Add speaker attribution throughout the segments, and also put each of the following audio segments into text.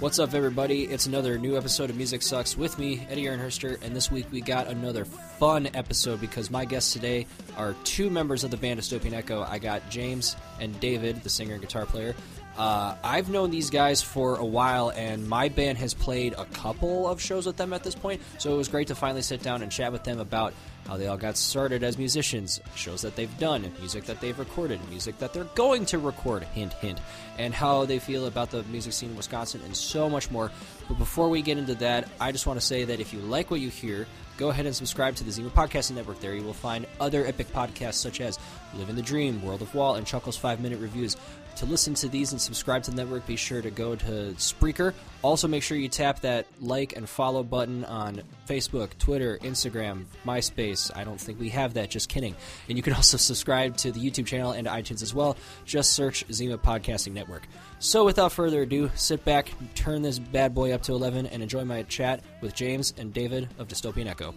Speaker 1: What's up, everybody? It's another new episode of Music Sucks with me, Eddie Ernherster, and this week we got another fun episode because my guests today are two members of the band Dystopian Echo. I got James and David, the singer and guitar player. Uh, I've known these guys for a while, and my band has played a couple of shows with them at this point, so it was great to finally sit down and chat with them about how they all got started as musicians, shows that they've done, music that they've recorded, music that they're going to record, hint, hint, and how they feel about the music scene in Wisconsin, and so much more. But before we get into that, I just want to say that if you like what you hear, go ahead and subscribe to the Zima Podcasting Network. There you will find other epic podcasts such as Living the Dream, World of Wall, and Chuckle's 5 Minute Reviews. To listen to these and subscribe to the network, be sure to go to Spreaker. Also, make sure you tap that like and follow button on Facebook, Twitter, Instagram, MySpace. I don't think we have that, just kidding. And you can also subscribe to the YouTube channel and iTunes as well. Just search Zima Podcasting Network. So, without further ado, sit back, turn this bad boy up to 11, and enjoy my chat with James and David of Dystopian Echo.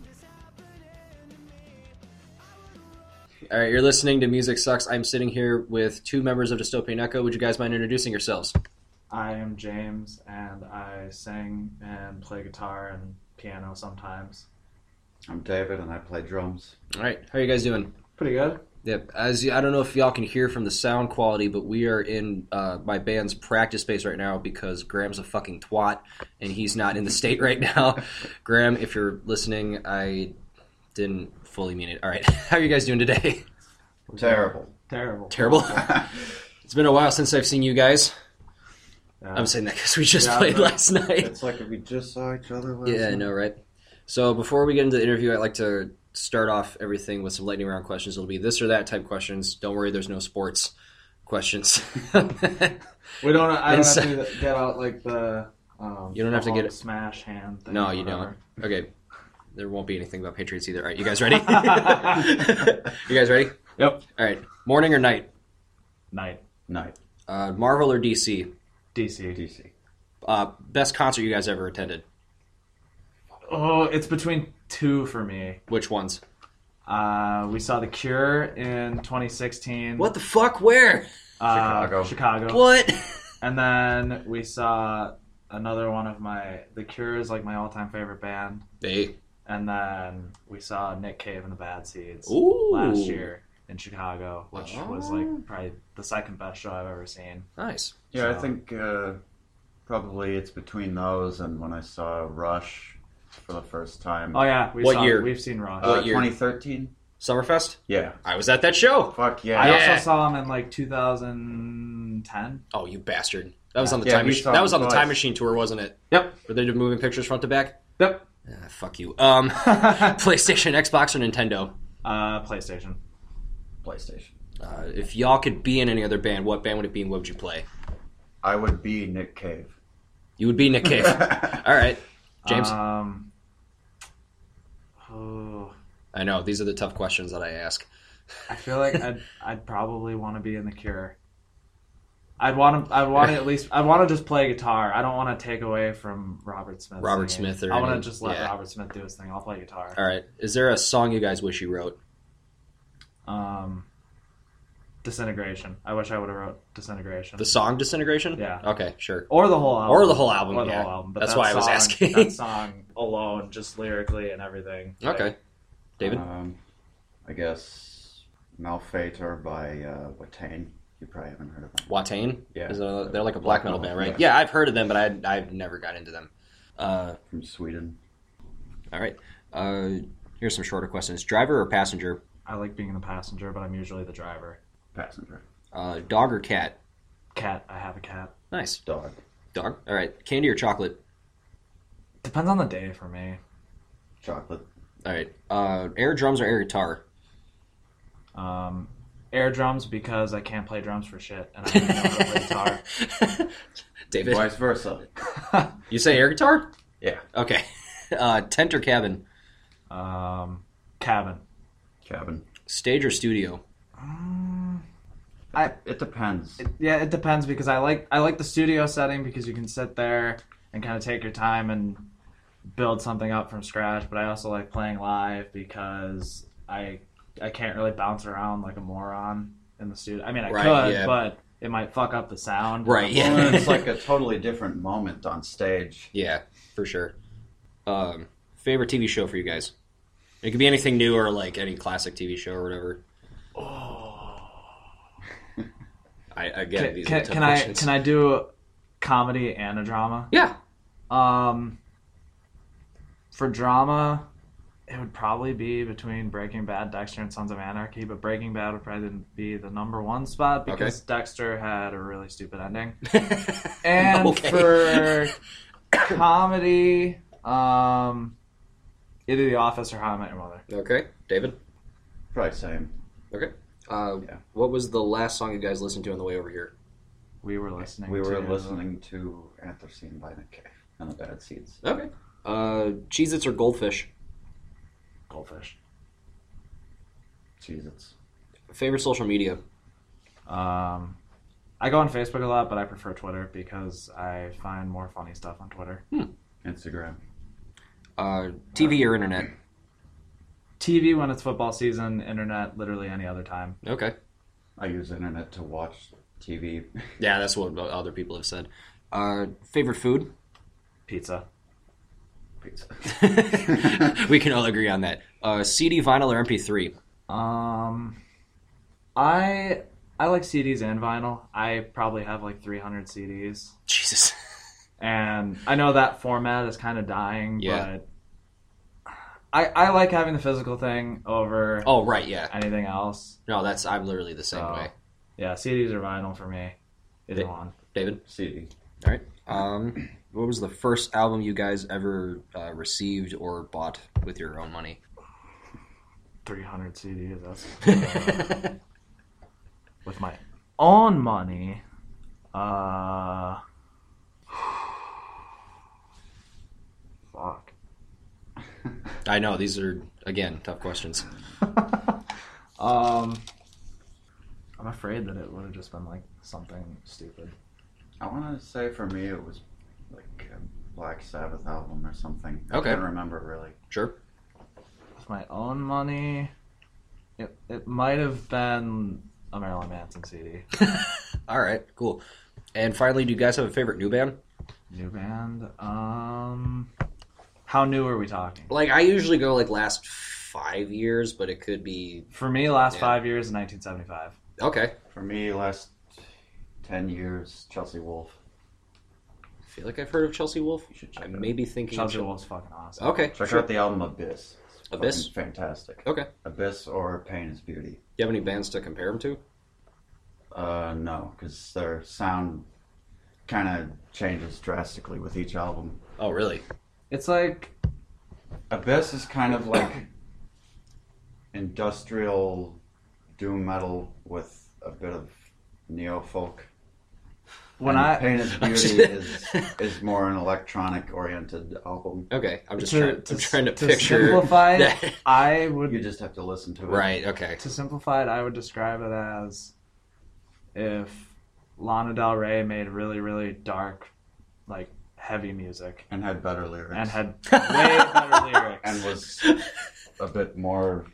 Speaker 1: All right, you're listening to Music Sucks. I'm sitting here with two members of Dystopian Echo. Would you guys mind introducing yourselves?
Speaker 2: I am James, and I sing and play guitar and piano sometimes.
Speaker 3: I'm David, and I play drums.
Speaker 1: All right, how are you guys doing?
Speaker 2: Pretty good.
Speaker 1: Yep. As you, I don't know if y'all can hear from the sound quality, but we are in uh, my band's practice space right now because Graham's a fucking twat and he's not in the state right now. Graham, if you're listening, I didn't fully mean it. All right, how are you guys doing today?
Speaker 3: Terrible.
Speaker 2: Terrible.
Speaker 1: Terrible. it's been a while since I've seen you guys.
Speaker 2: Yeah.
Speaker 1: I'm saying that because we just
Speaker 2: Yeah,
Speaker 1: played
Speaker 2: no.
Speaker 1: last night.
Speaker 3: It's like if we just saw each other last
Speaker 1: Yeah, I know, right? So before we get into the interview, I'd like to start off everything with some lightning round questions. It'll be this or that type questions. Don't worry, there's no sports questions.
Speaker 2: we don't. I don't
Speaker 1: Inside-
Speaker 2: have to get out like the. Um,
Speaker 1: You don't have to
Speaker 2: the
Speaker 1: get
Speaker 2: Hulk
Speaker 1: it-
Speaker 2: Smash hand. Thing
Speaker 1: no,
Speaker 2: or
Speaker 1: you don't.
Speaker 2: whatever.
Speaker 1: Okay. There won't be anything about Patriots either. All right, you guys ready? you guys ready?
Speaker 2: Yep.
Speaker 1: All right. Morning or night?
Speaker 2: Night.
Speaker 3: Night.
Speaker 1: Uh, Marvel or DC?
Speaker 2: DC.
Speaker 3: DC.
Speaker 1: Uh, best concert you guys ever attended?
Speaker 2: Oh, it's between two for me.
Speaker 1: Which ones?
Speaker 2: Uh, we saw The Cure in 2016.
Speaker 1: the fuck? Where?
Speaker 2: Uh,
Speaker 3: Chicago.
Speaker 2: Chicago.
Speaker 1: What?
Speaker 2: And then we saw another one of my. The Cure is like my all-time favorite band.
Speaker 1: They.
Speaker 2: And then we saw Nick Cave and the Bad Seeds
Speaker 1: Ooh. Oh.
Speaker 2: last year in Chicago, which was like probably the second best show I've ever seen.
Speaker 1: Nice.
Speaker 3: Yeah, I
Speaker 2: So-
Speaker 3: think uh, probably it's between those and when I saw Rush for the first time.
Speaker 2: Oh yeah, we
Speaker 1: What
Speaker 2: saw,
Speaker 1: year?
Speaker 2: We've seen Rush.
Speaker 3: Uh,
Speaker 1: What year?
Speaker 3: 2013?
Speaker 1: Summerfest?
Speaker 3: Yeah.
Speaker 1: I was at that show.
Speaker 3: Fuck yeah.
Speaker 2: I
Speaker 1: Yeah.
Speaker 2: also saw him in like 2010.
Speaker 1: Oh, you bastard! That was on the
Speaker 3: Yeah,
Speaker 1: time.
Speaker 3: we
Speaker 1: Mach-
Speaker 3: saw
Speaker 1: that was
Speaker 3: him
Speaker 1: on the
Speaker 3: twice.
Speaker 1: time machine tour, wasn't it?
Speaker 2: Yep.
Speaker 1: Were they just moving pictures front to back?
Speaker 2: Yep.
Speaker 1: Ah, fuck you. Um, PlayStation, Xbox, or Nintendo?
Speaker 2: Uh, PlayStation.
Speaker 3: PlayStation.
Speaker 1: Uh, if y'all could be in any other band, what band would it be and what would you play?
Speaker 3: I would be Nick Cave.
Speaker 1: You would be Nick Cave. All right, James.
Speaker 2: Um, oh,
Speaker 1: I know these are the tough questions that I ask.
Speaker 2: I feel like I'd I'd probably want to be in the Cure. I'd want to. I want to at least. I want to just play guitar. I don't want to take away from Robert Smith.
Speaker 1: Robert Smith or
Speaker 2: I want
Speaker 1: any-
Speaker 2: to just let
Speaker 1: yeah.
Speaker 2: Robert Smith do his thing. I'll play guitar.
Speaker 1: All right, is there a song you guys wish you wrote?
Speaker 2: Um, disintegration. I wish I would have wrote disintegration.
Speaker 1: The song "Disintegration."
Speaker 2: Yeah.
Speaker 1: Okay, sure.
Speaker 2: or the whole album.
Speaker 1: Or the whole album,
Speaker 2: Or the
Speaker 1: yeah.
Speaker 2: whole album. But
Speaker 1: That's
Speaker 2: that
Speaker 1: why I was
Speaker 2: song-
Speaker 1: asking.
Speaker 2: that song alone, just lyrically and everything.
Speaker 1: Okay, David.
Speaker 3: Um, I guess Malfator by uh, Watane. You probably haven't heard of him.
Speaker 1: Watane.
Speaker 3: Yeah.
Speaker 1: Is a- they're like a black metal band, right?
Speaker 3: Yeah.
Speaker 1: Yeah, I've heard of them, but I I've never got into them. Uh,
Speaker 3: From Sweden.
Speaker 1: all right. Uh, here's some shorter questions: driver or passenger?
Speaker 2: I like being the passenger, but I'm usually the driver.
Speaker 3: Passenger.
Speaker 1: Uh, dog or cat?
Speaker 2: Cat, I have a cat.
Speaker 1: Nice.
Speaker 3: Dog.
Speaker 1: Dog. All right. Candy or chocolate?
Speaker 2: Depends on the day for me.
Speaker 3: Chocolate.
Speaker 1: All right. Uh, air drums or air guitar?
Speaker 2: Um, air drums because I can't play drums for shit, and I don't even know how to play guitar.
Speaker 1: David,
Speaker 3: Vice versa.
Speaker 1: you say air guitar?
Speaker 3: Yeah.
Speaker 1: Okay. Uh, tent or cabin?
Speaker 2: Um, cabin.
Speaker 3: Cabin.
Speaker 1: Stage or studio?
Speaker 2: I
Speaker 3: It depends.
Speaker 2: yeah, it depends because I like I like the studio setting because you can sit there and kind of take your time and build something up from scratch. But I also like playing live because I I can't really bounce around like a moron in the studio. I mean, I
Speaker 1: Right,
Speaker 2: could,
Speaker 1: yeah.
Speaker 2: but it might fuck up the sound.
Speaker 1: Right.
Speaker 3: Well, and
Speaker 1: Yeah.
Speaker 3: it's like a totally different moment on stage.
Speaker 1: yeah. For sure. Um, favorite TV show for you guys? It could be anything new or like any classic TV show or whatever. Oh. I, I get
Speaker 2: Can,
Speaker 1: these.
Speaker 2: can, can I can I do comedy and a drama?
Speaker 1: Yeah.
Speaker 2: Um, for drama, it would probably be between Breaking Bad, Dexter, and Sons of Anarchy, but Breaking Bad would probably be the number one spot because Dexter had a really stupid ending. and
Speaker 1: Okay.
Speaker 2: for comedy, um, either The Office or How I Met Your Mother.
Speaker 1: Okay. David.
Speaker 3: Probably same.
Speaker 1: Okay. Uh,
Speaker 3: Yeah.
Speaker 1: What was the last song you guys listened to on the way over here?
Speaker 2: We were listening.
Speaker 3: We were
Speaker 2: to-
Speaker 3: listening to Anthracene by Nick Cave and the Bad Seeds.
Speaker 1: Okay. Uh, Cheez Its or Goldfish?
Speaker 2: Goldfish.
Speaker 3: Cheez Its.
Speaker 1: Favorite social media?
Speaker 2: Um, I go on Facebook a lot, but I prefer Twitter because I find more funny stuff on Twitter.
Speaker 3: Instagram.
Speaker 1: Uh, TV or internet?
Speaker 2: TV when it's football season, internet literally any other time.
Speaker 1: Okay.
Speaker 3: I use internet to watch TV.
Speaker 1: Yeah, that's what other people have said. Uh, favorite food?
Speaker 2: Pizza.
Speaker 3: Pizza.
Speaker 1: we can all agree on that. Uh, CD, vinyl, or MP3?
Speaker 2: Um, I I like CDs and vinyl. I probably have like 300 CDs,
Speaker 1: Jesus.
Speaker 2: and I know that format is kind of dying.
Speaker 1: Yeah.
Speaker 2: But I I like having the physical thing over
Speaker 1: Oh, right, yeah.
Speaker 2: anything else.
Speaker 1: No, that's I'm literally the same
Speaker 2: Oh.
Speaker 1: way.
Speaker 2: Yeah, CDs or vinyl for me. Either
Speaker 1: They-
Speaker 2: one.
Speaker 1: David?
Speaker 3: CD.
Speaker 1: All right. Um, what was the first album you guys ever uh, received or bought with your own money?
Speaker 2: 300 CDs. That's uh, with my own money. Uh, fuck.
Speaker 1: I know, these are, again, tough questions.
Speaker 2: Um, I'm afraid that it would have just been like something stupid.
Speaker 3: I want to say for me it was like a Black Sabbath album or something.
Speaker 1: Okay.
Speaker 3: I can't remember really.
Speaker 1: Sure.
Speaker 2: With my own money, it it might have been a Marilyn Manson CD.
Speaker 1: All right, cool. And finally, do you guys have a favorite new band?
Speaker 2: New band. Um, how new are we talking?
Speaker 1: Like, I usually go like last five years, but it could be
Speaker 2: For me, last
Speaker 1: Yeah.
Speaker 2: five years, 1975.
Speaker 1: okay.
Speaker 3: For me, last ten years, Chelsea Wolf.
Speaker 1: I feel like I've heard of Chelsea Wolf.
Speaker 3: You should check
Speaker 1: I
Speaker 3: it
Speaker 1: may be thinking of
Speaker 2: Chelsea
Speaker 1: Chel-
Speaker 2: Wolf's fucking awesome.
Speaker 1: Okay,
Speaker 3: Check
Speaker 1: sure.
Speaker 3: out the album Abyss. It's
Speaker 1: Abyss?
Speaker 3: fucking Fantastic.
Speaker 1: Okay.
Speaker 3: Abyss or Pain is Beauty.
Speaker 1: Do you have any bands to compare them to?
Speaker 3: Uh, no, because their sound kind of changes drastically with each album.
Speaker 1: Oh, really?
Speaker 2: It's like
Speaker 3: Abyss is kind of like industrial doom metal with a bit of neo folk.
Speaker 2: when
Speaker 3: and
Speaker 2: I
Speaker 3: Pain is Beauty is is more an electronic oriented album.
Speaker 1: Okay, I'm just
Speaker 2: To-
Speaker 1: trying,
Speaker 2: to
Speaker 1: I'm trying to,
Speaker 2: s- to
Speaker 1: picture.
Speaker 2: simplify it,
Speaker 1: that-
Speaker 2: I
Speaker 3: You
Speaker 2: would
Speaker 3: just have to listen to it.
Speaker 1: right. Okay.
Speaker 2: to simplify it, I would describe it as if Lana Del Rey made really really dark, like heavy music
Speaker 3: And had better lyrics.
Speaker 2: and had way better lyrics
Speaker 3: and was a bit more.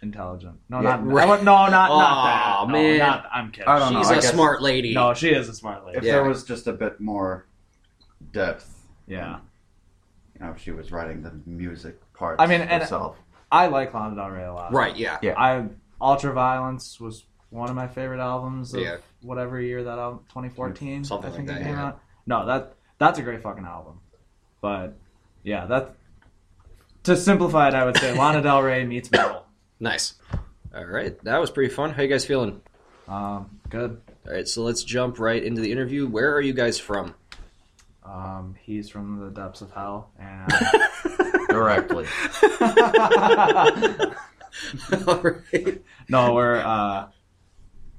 Speaker 2: intelligent. No,
Speaker 3: Yeah,
Speaker 2: not
Speaker 1: right.
Speaker 2: I would- no, not
Speaker 1: Aw,
Speaker 2: not that. No,
Speaker 1: man.
Speaker 2: not- I'm kidding.
Speaker 3: I don't know,
Speaker 1: She's a
Speaker 3: I guess-
Speaker 1: smart lady.
Speaker 2: No, she is a smart
Speaker 3: If
Speaker 2: lady.
Speaker 1: Yeah.
Speaker 3: there was just a bit more depth,
Speaker 2: Yeah,
Speaker 3: you know, if she was writing the music part.
Speaker 2: I mean, and-
Speaker 3: herself.
Speaker 2: I like Lana Del Rey a lot.
Speaker 1: Right. Yeah.
Speaker 3: Yeah.
Speaker 2: I Ultra Violence was one of my favorite albums of
Speaker 1: Yeah.
Speaker 2: whatever year that album 2014
Speaker 1: Something
Speaker 2: I think
Speaker 1: like
Speaker 2: it
Speaker 1: that,
Speaker 2: came
Speaker 1: yeah.
Speaker 2: out. No, that that's a great fucking album. But yeah, that to simplify it, I would say Lana Del Rey meets metal.
Speaker 1: Nice. All right, that was pretty fun. How you guys feeling?
Speaker 2: Um, good.
Speaker 1: All right, so let's jump right into the interview. Where are you guys from?
Speaker 2: Um, he's from the depths of hell, and
Speaker 3: Directly.
Speaker 1: All right,
Speaker 2: no, we're uh,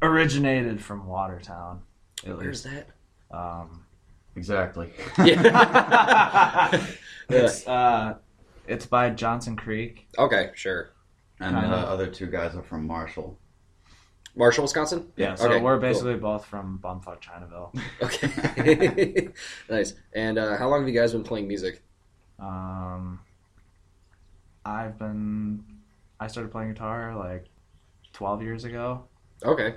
Speaker 2: originated from Watertown. At
Speaker 1: where's
Speaker 2: least,
Speaker 1: that?
Speaker 2: um,
Speaker 3: exactly.
Speaker 1: Yeah.
Speaker 2: it's uh, it's by Johnson Creek.
Speaker 1: okay, sure.
Speaker 3: And the
Speaker 2: Kinda.
Speaker 1: Uh-huh.
Speaker 3: other two guys are from Marshall.
Speaker 1: Marshall, Wisconsin.
Speaker 2: Yeah, so
Speaker 1: Okay,
Speaker 2: we're
Speaker 1: cool.
Speaker 2: basically both from Bumfuck Chinaville.
Speaker 1: Okay. nice. And uh, how long have you guys been playing music?
Speaker 2: Um, I've been I started playing guitar like twelve years ago.
Speaker 1: Okay.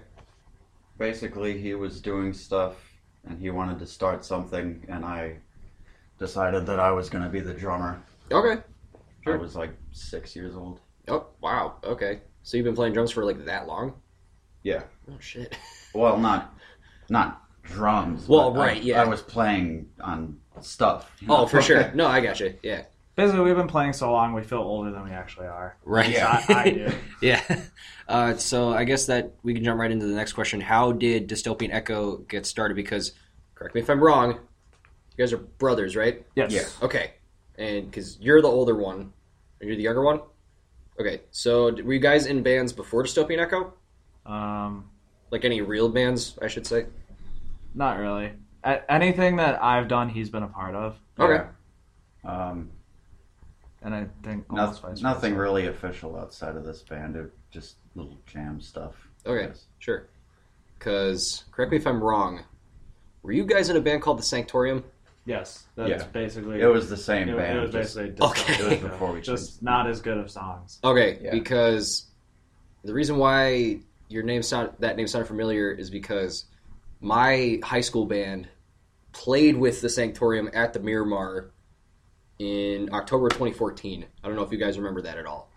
Speaker 3: Basically, he was doing stuff and he wanted to start something, and I decided that I was going to be the drummer.
Speaker 1: Okay. Sure.
Speaker 3: I was like six years old.
Speaker 1: Oh wow. Okay. So you've been playing drums for like that long?
Speaker 3: Yeah.
Speaker 1: Oh shit.
Speaker 3: Well, not not drums.
Speaker 1: Well,
Speaker 3: but I-
Speaker 1: right, yeah.
Speaker 3: I was playing on stuff. you
Speaker 1: Oh,
Speaker 3: know?
Speaker 1: for sure. No, I got you. Yeah.
Speaker 2: Basically, we've been playing so long we feel older than we actually are.
Speaker 1: Right.
Speaker 3: Yeah,
Speaker 2: I, I do.
Speaker 1: yeah. Uh, so I guess that we can jump right into the next question. How did Dystopian Echo get started? Because, correct me if I'm wrong, you guys are brothers, right?
Speaker 2: Yes.
Speaker 3: Yeah.
Speaker 1: Okay. And because you're the older one, and you're the younger one. Okay. So d- were you guys in bands before Dystopian Echo?
Speaker 2: Um,
Speaker 1: Like any real bands, I should say.
Speaker 2: not really. A- anything that I've done, he's been a part of,
Speaker 1: Okay.
Speaker 3: Um,
Speaker 2: and I think almost
Speaker 3: nothing,
Speaker 2: vice
Speaker 3: nothing
Speaker 2: versa.
Speaker 3: really official outside of this band. It, just little jam stuff. I
Speaker 1: Okay.
Speaker 3: guess.
Speaker 1: Sure. Because correct me if I'm wrong. Were you guys in a band called the Sanctorium?
Speaker 2: Yes, that's
Speaker 3: Yeah.
Speaker 2: basically.
Speaker 3: It was the same
Speaker 2: It, wa-
Speaker 3: band.
Speaker 2: it was
Speaker 3: just-
Speaker 2: basically just,
Speaker 1: Okay.
Speaker 2: something
Speaker 3: It was
Speaker 2: different.
Speaker 3: before we
Speaker 2: just not as good of songs.
Speaker 1: Okay,
Speaker 3: Yeah.
Speaker 1: because the reason why your name sound that name sounded familiar is because my high school band played with the Sanctorium at the Miramar in October 2014. I don't know if you guys remember that at all,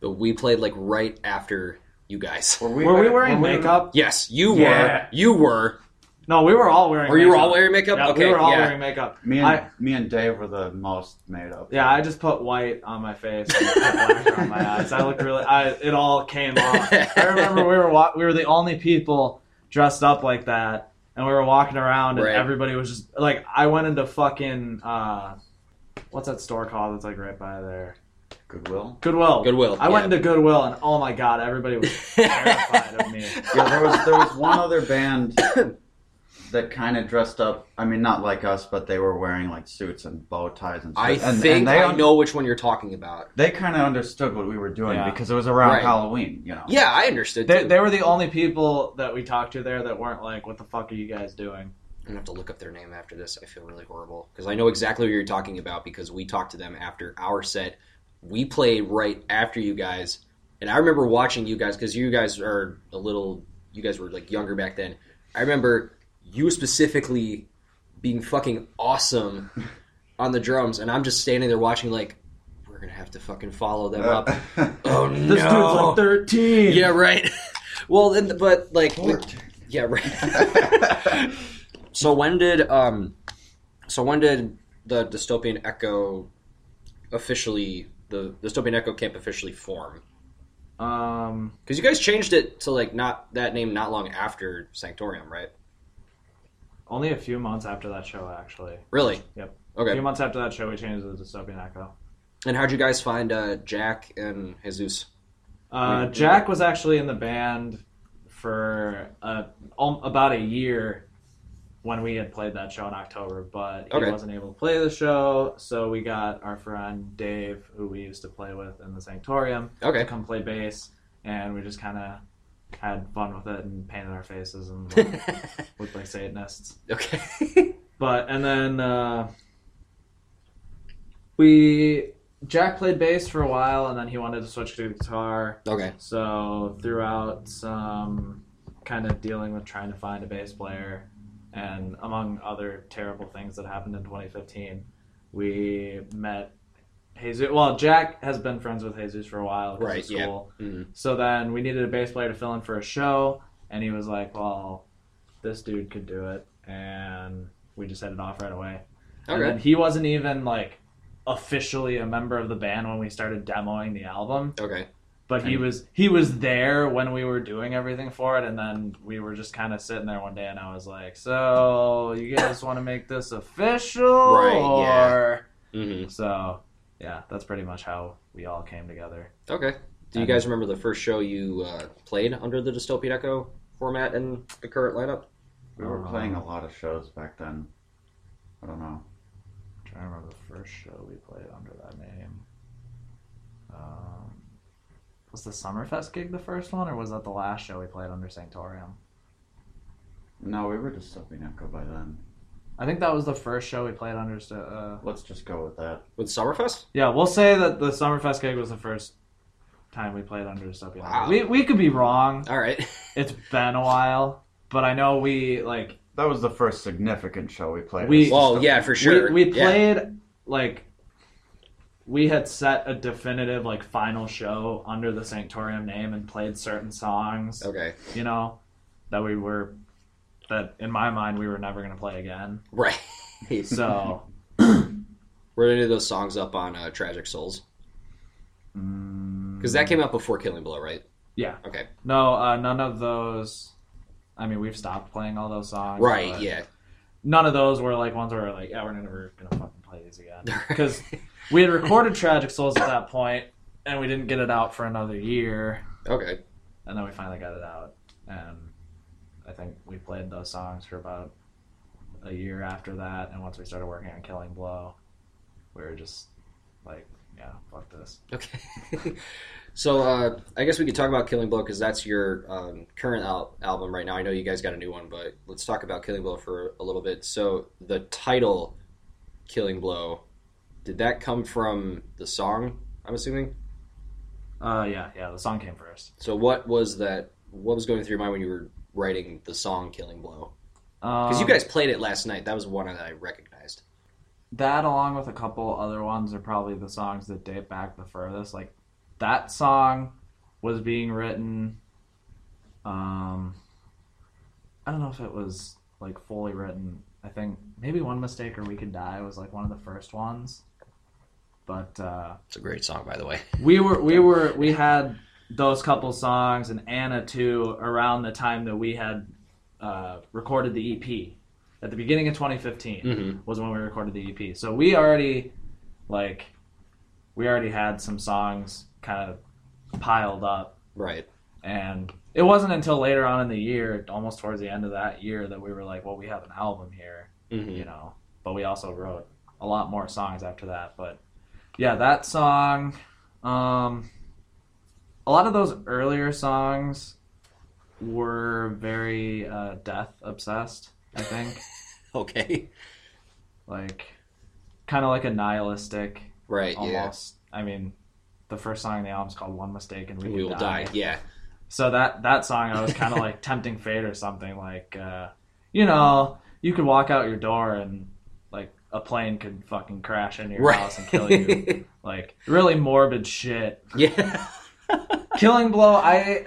Speaker 1: but we played like right after you guys.
Speaker 2: Were we wearing makeup?
Speaker 1: Yes, you
Speaker 3: Yeah.
Speaker 1: were. You were.
Speaker 2: No, we were all wearing.
Speaker 1: Or
Speaker 2: makeup.
Speaker 1: you were all wearing makeup.
Speaker 2: Yeah,
Speaker 1: okay,
Speaker 2: we were all
Speaker 1: yeah.
Speaker 2: wearing makeup.
Speaker 3: Me and
Speaker 2: I-
Speaker 3: me and Dave were the most made up.
Speaker 2: Yeah, I just put white on my face and put black on my eyes. I looked really. I it all came off. I remember we were wa- we were the only people dressed up like that, and we were walking around, and
Speaker 1: Right.
Speaker 2: everybody was just like, I went into fucking uh, what's that store called that's like right by there?
Speaker 3: Goodwill.
Speaker 2: Goodwill.
Speaker 1: Goodwill,
Speaker 2: I went
Speaker 1: yeah.
Speaker 2: into Goodwill, and oh my god, everybody was terrified of me.
Speaker 3: Yeah, there was there was one other band that kind of dressed up. I mean, not like us, but they were wearing like suits and bow ties and. Stuff.
Speaker 1: I
Speaker 3: and, and
Speaker 1: think
Speaker 3: they
Speaker 1: I
Speaker 3: un-
Speaker 1: know which one you're talking about.
Speaker 3: They kind of understood what we were doing
Speaker 2: Yeah.
Speaker 3: because it was around
Speaker 1: Right.
Speaker 3: Halloween, you know.
Speaker 1: Yeah, I understood.
Speaker 2: They,
Speaker 1: too.
Speaker 2: they were the only people that we talked to there that weren't like, "What the fuck are you guys doing?"
Speaker 1: I'm gonna have to look up their name after this. I feel really horrible because I know exactly what you're talking about because we talked to them after our set. We played right after you guys, and I remember watching you guys because you guys are a little. You guys were like younger back then. I remember you specifically being fucking awesome on the drums, and I'm just standing there watching like we're gonna have to fucking follow them up. oh no!
Speaker 2: This dude's like thirteen.
Speaker 1: yeah, right. well, then, but like, we- yeah, right. So when did um, so when did the dystopian echo officially the dystopian echo camp officially form?
Speaker 2: Um.
Speaker 1: Because you guys changed it to like not that name not long after Sanctorium, right?
Speaker 2: Only a few months after that show, actually.
Speaker 1: Really?
Speaker 2: Yep. A
Speaker 1: Okay.
Speaker 2: few months after that show, we changed it to Dystopian Echo.
Speaker 1: And how'd you guys find uh, Jack and Jesus?
Speaker 2: Uh, Jack was actually in the band for uh, um, about a year when we had played that show in October, but he
Speaker 1: Okay.
Speaker 2: wasn't able to play the show, so we got our friend Dave, who we used to play with in the Sanctorium,
Speaker 1: Okay.
Speaker 2: to come play bass, and we just kind of had fun with it and painted our faces and like, looked like Satanists.
Speaker 1: Okay.
Speaker 2: But and then uh, we Jack played bass for a while, and then he wanted to switch to guitar.
Speaker 1: okay.
Speaker 2: So throughout some kind of dealing with trying to find a bass player, and among other terrible things that happened in 2015, we met Jesus. Well, Jack has been friends with Jesus for a while, 'cause of
Speaker 1: Right, yeah.
Speaker 2: school.
Speaker 1: Mhm.
Speaker 2: So then we needed a bass player to fill in for a show, and he was like, "Well, this dude could do it," and we just hit it off right away. And
Speaker 1: Okay.
Speaker 2: then he wasn't even like officially a member of the band when we started demoing the album.
Speaker 1: Okay.
Speaker 2: But he was he was there when we were doing everything for it, and then we were just kind of sitting there one day, and I was like, "So you guys want to make this official?"
Speaker 1: Right, yeah.
Speaker 2: or-"
Speaker 1: hmm
Speaker 2: So yeah, that's pretty much how we all came together.
Speaker 1: Okay. Do you guys remember the first show you uh, played under the Dystopian Echo format and the current lineup?
Speaker 3: We were playing
Speaker 2: Uh-huh.
Speaker 3: a lot of shows back then. I don't know.
Speaker 2: I'm trying to remember the first show we played under that name. Um, was the Summerfest gig the first one, or was that the last show we played under Sanctorium?
Speaker 3: No, we were Dystopian Echo by then.
Speaker 2: I think that was the first show we played under. Sa- Uh,
Speaker 3: Let's just go with that.
Speaker 1: With Summerfest?
Speaker 2: yeah, we'll say that the Summerfest gig was the first time we played under Dystopian.
Speaker 1: Wow.
Speaker 2: We we could be wrong.
Speaker 1: All right.
Speaker 2: It's been a while, but I know we like
Speaker 3: That was the first significant show we played.
Speaker 2: We-
Speaker 1: well, yeah, for sure.
Speaker 2: We, we
Speaker 1: Yeah.
Speaker 2: played like we had set a definitive like final show under the Sanctorium name and played certain songs,
Speaker 1: Okay.
Speaker 2: you know, that we were that in my mind we were never going to play again.
Speaker 1: Right.
Speaker 2: So,
Speaker 1: Were any of those songs up on uh, Tragic Souls? Because that came out before Killing Blow, right?
Speaker 2: Mm-hmm. yeah.
Speaker 1: Okay.
Speaker 2: mm, No, uh, none of those I mean, we've stopped playing all those songs.
Speaker 1: Right,
Speaker 2: but
Speaker 1: yeah.
Speaker 2: None of those were like ones where we're like, yeah, we're never going to fucking play these again. Cuz we had recorded Tragic Souls at that point and we didn't get it out for another year.
Speaker 1: Okay.
Speaker 2: and then we finally got it out and i think we played those songs for about a year after that and once we started working on killing blow we were just like yeah fuck this
Speaker 1: Okay. so uh, I guess we could talk about Killing Blow because that's your um, current al- album right now. I know you guys got a new one, but let's talk about Killing Blow for a little bit. So the title, Killing Blow, did that come from the song? I'm assuming.
Speaker 2: uh yeah yeah the song came first
Speaker 1: So what was that? What was going through your mind when you were writing the song Killing Blow? Because you
Speaker 2: Um,
Speaker 1: guys played it last night. That was one that I recognized.
Speaker 2: that along with a couple other ones are probably the songs that date back the furthest like that song was being written um i don't know if it was like fully written i think maybe one mistake or we could die was like one of the first ones but uh
Speaker 1: It's a great song, by the way.
Speaker 2: we were we were we had those couple songs and Anna too around the time that we had uh, recorded the EP at the beginning of 2015 was when we recorded the EP. So we already like we already had some songs kind of piled up
Speaker 1: Right.
Speaker 2: and it wasn't until later on in the year, almost towards the end of that year that we were like, well, we have an album here,
Speaker 1: Mm-hmm.
Speaker 2: you know. But we also wrote a lot more songs after that, but yeah, that song um a lot of those earlier songs were very uh, death obsessed, I think.
Speaker 1: Okay.
Speaker 2: like kind of like a nihilistic
Speaker 1: Right. Yeah.
Speaker 2: almost. I mean, the first song in the album is called "One Mistake and We,
Speaker 1: We
Speaker 2: Will
Speaker 1: will die. Yeah.
Speaker 2: So that that song, I was kind of like tempting fate or something. Like, uh, you know, you could walk out your door and like a plane could fucking crash into your
Speaker 1: Right.
Speaker 2: house and kill you. like really morbid shit.
Speaker 1: Yeah.
Speaker 2: Killing Blow, I.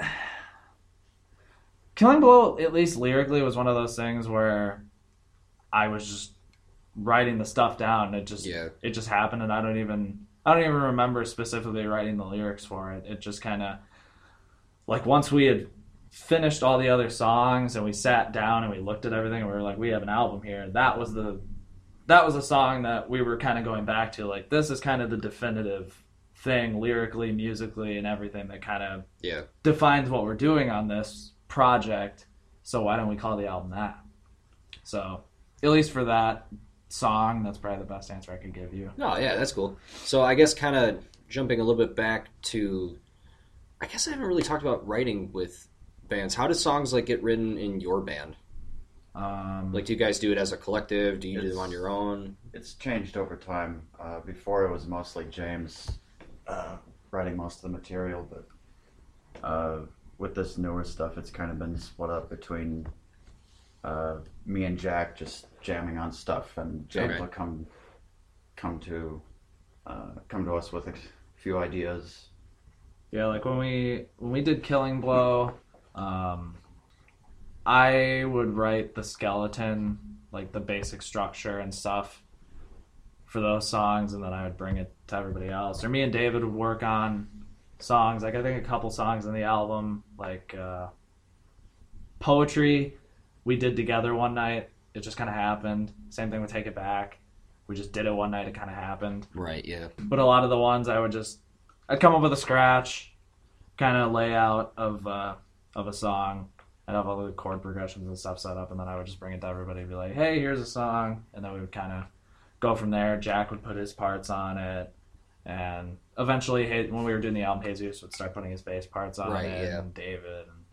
Speaker 2: Killing Blow, at least lyrically, was one of those things where I was just writing the stuff down. It just
Speaker 1: Yeah.
Speaker 2: it just happened, and I don't even I don't even remember specifically writing the lyrics for it. It just kind of like once we had finished all the other songs and we sat down and we looked at everything and we were like, we have an album here. That was the that was a song that we were kind of going back to. Like this is kind of the definitive thing lyrically, musically, and everything that kind of
Speaker 1: Yeah.
Speaker 2: defines what we're doing on this project. So why don't we call the album that? So at least for that song, that's probably the best answer I could give you.
Speaker 1: No, yeah, that's cool. So I guess kind of jumping a little bit back to, I guess I haven't really talked about writing with bands. How do songs like get written in your band?
Speaker 2: Um,
Speaker 1: Like, do you guys do it as a collective? Do you do them
Speaker 3: It's-
Speaker 1: on your own?
Speaker 3: It's changed over time. Uh, before it was mostly James uh, writing most of the material, but uh, with this newer stuff, it's kind of been split up between uh, me and Jack just jamming on stuff, and James
Speaker 1: Okay.
Speaker 3: will come come to uh, come to us with a few ideas.
Speaker 2: Yeah, like when we when we did Killing Blow, um, I would write the skeleton, like the basic structure and stuff for those songs, and then I would bring it to everybody else. Or me and David would work on songs. Like I think a couple songs in the album, like uh, poetry, we did together one night. It just kind of happened. Same thing with Take It Back. We just did it one night. It kind of happened.
Speaker 1: Right. Yeah.
Speaker 2: But a lot of the ones I would just I'd come up with a scratch, kind of layout of uh, of a song. I'd have all the chord progressions and stuff set up, and then I would just bring it to everybody and be like, "Hey, here's a song," and then we would kind of go from there. Jack would put his parts on it, and eventually, Ha- when we were doing the album, Jesus would start putting his bass parts on
Speaker 1: Right,
Speaker 2: it,
Speaker 1: yeah.
Speaker 2: and David, and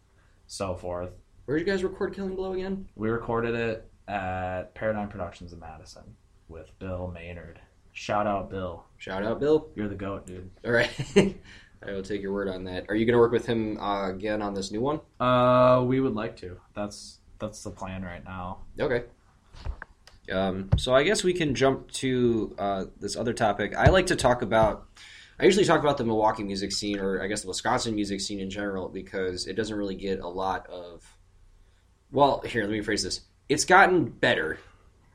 Speaker 2: so forth.
Speaker 1: Where did you guys record Killing Blow again?
Speaker 2: We recorded it at Paradigm Productions in Madison with Bill Maynard. Shout out, Bill!
Speaker 1: Shout out, Bill.
Speaker 2: You're the goat, dude.
Speaker 1: All right. I will take your word on that. Are you going to work with him uh, again on this new one?
Speaker 2: Uh, we would like to. That's that's the plan right now.
Speaker 1: Okay. Um, so I guess we can jump to uh, this other topic. I like to talk about. I usually talk about the Milwaukee music scene, or I guess the Wisconsin music scene in general, because it doesn't really get a lot of. Well, here, let me phrase this. It's gotten better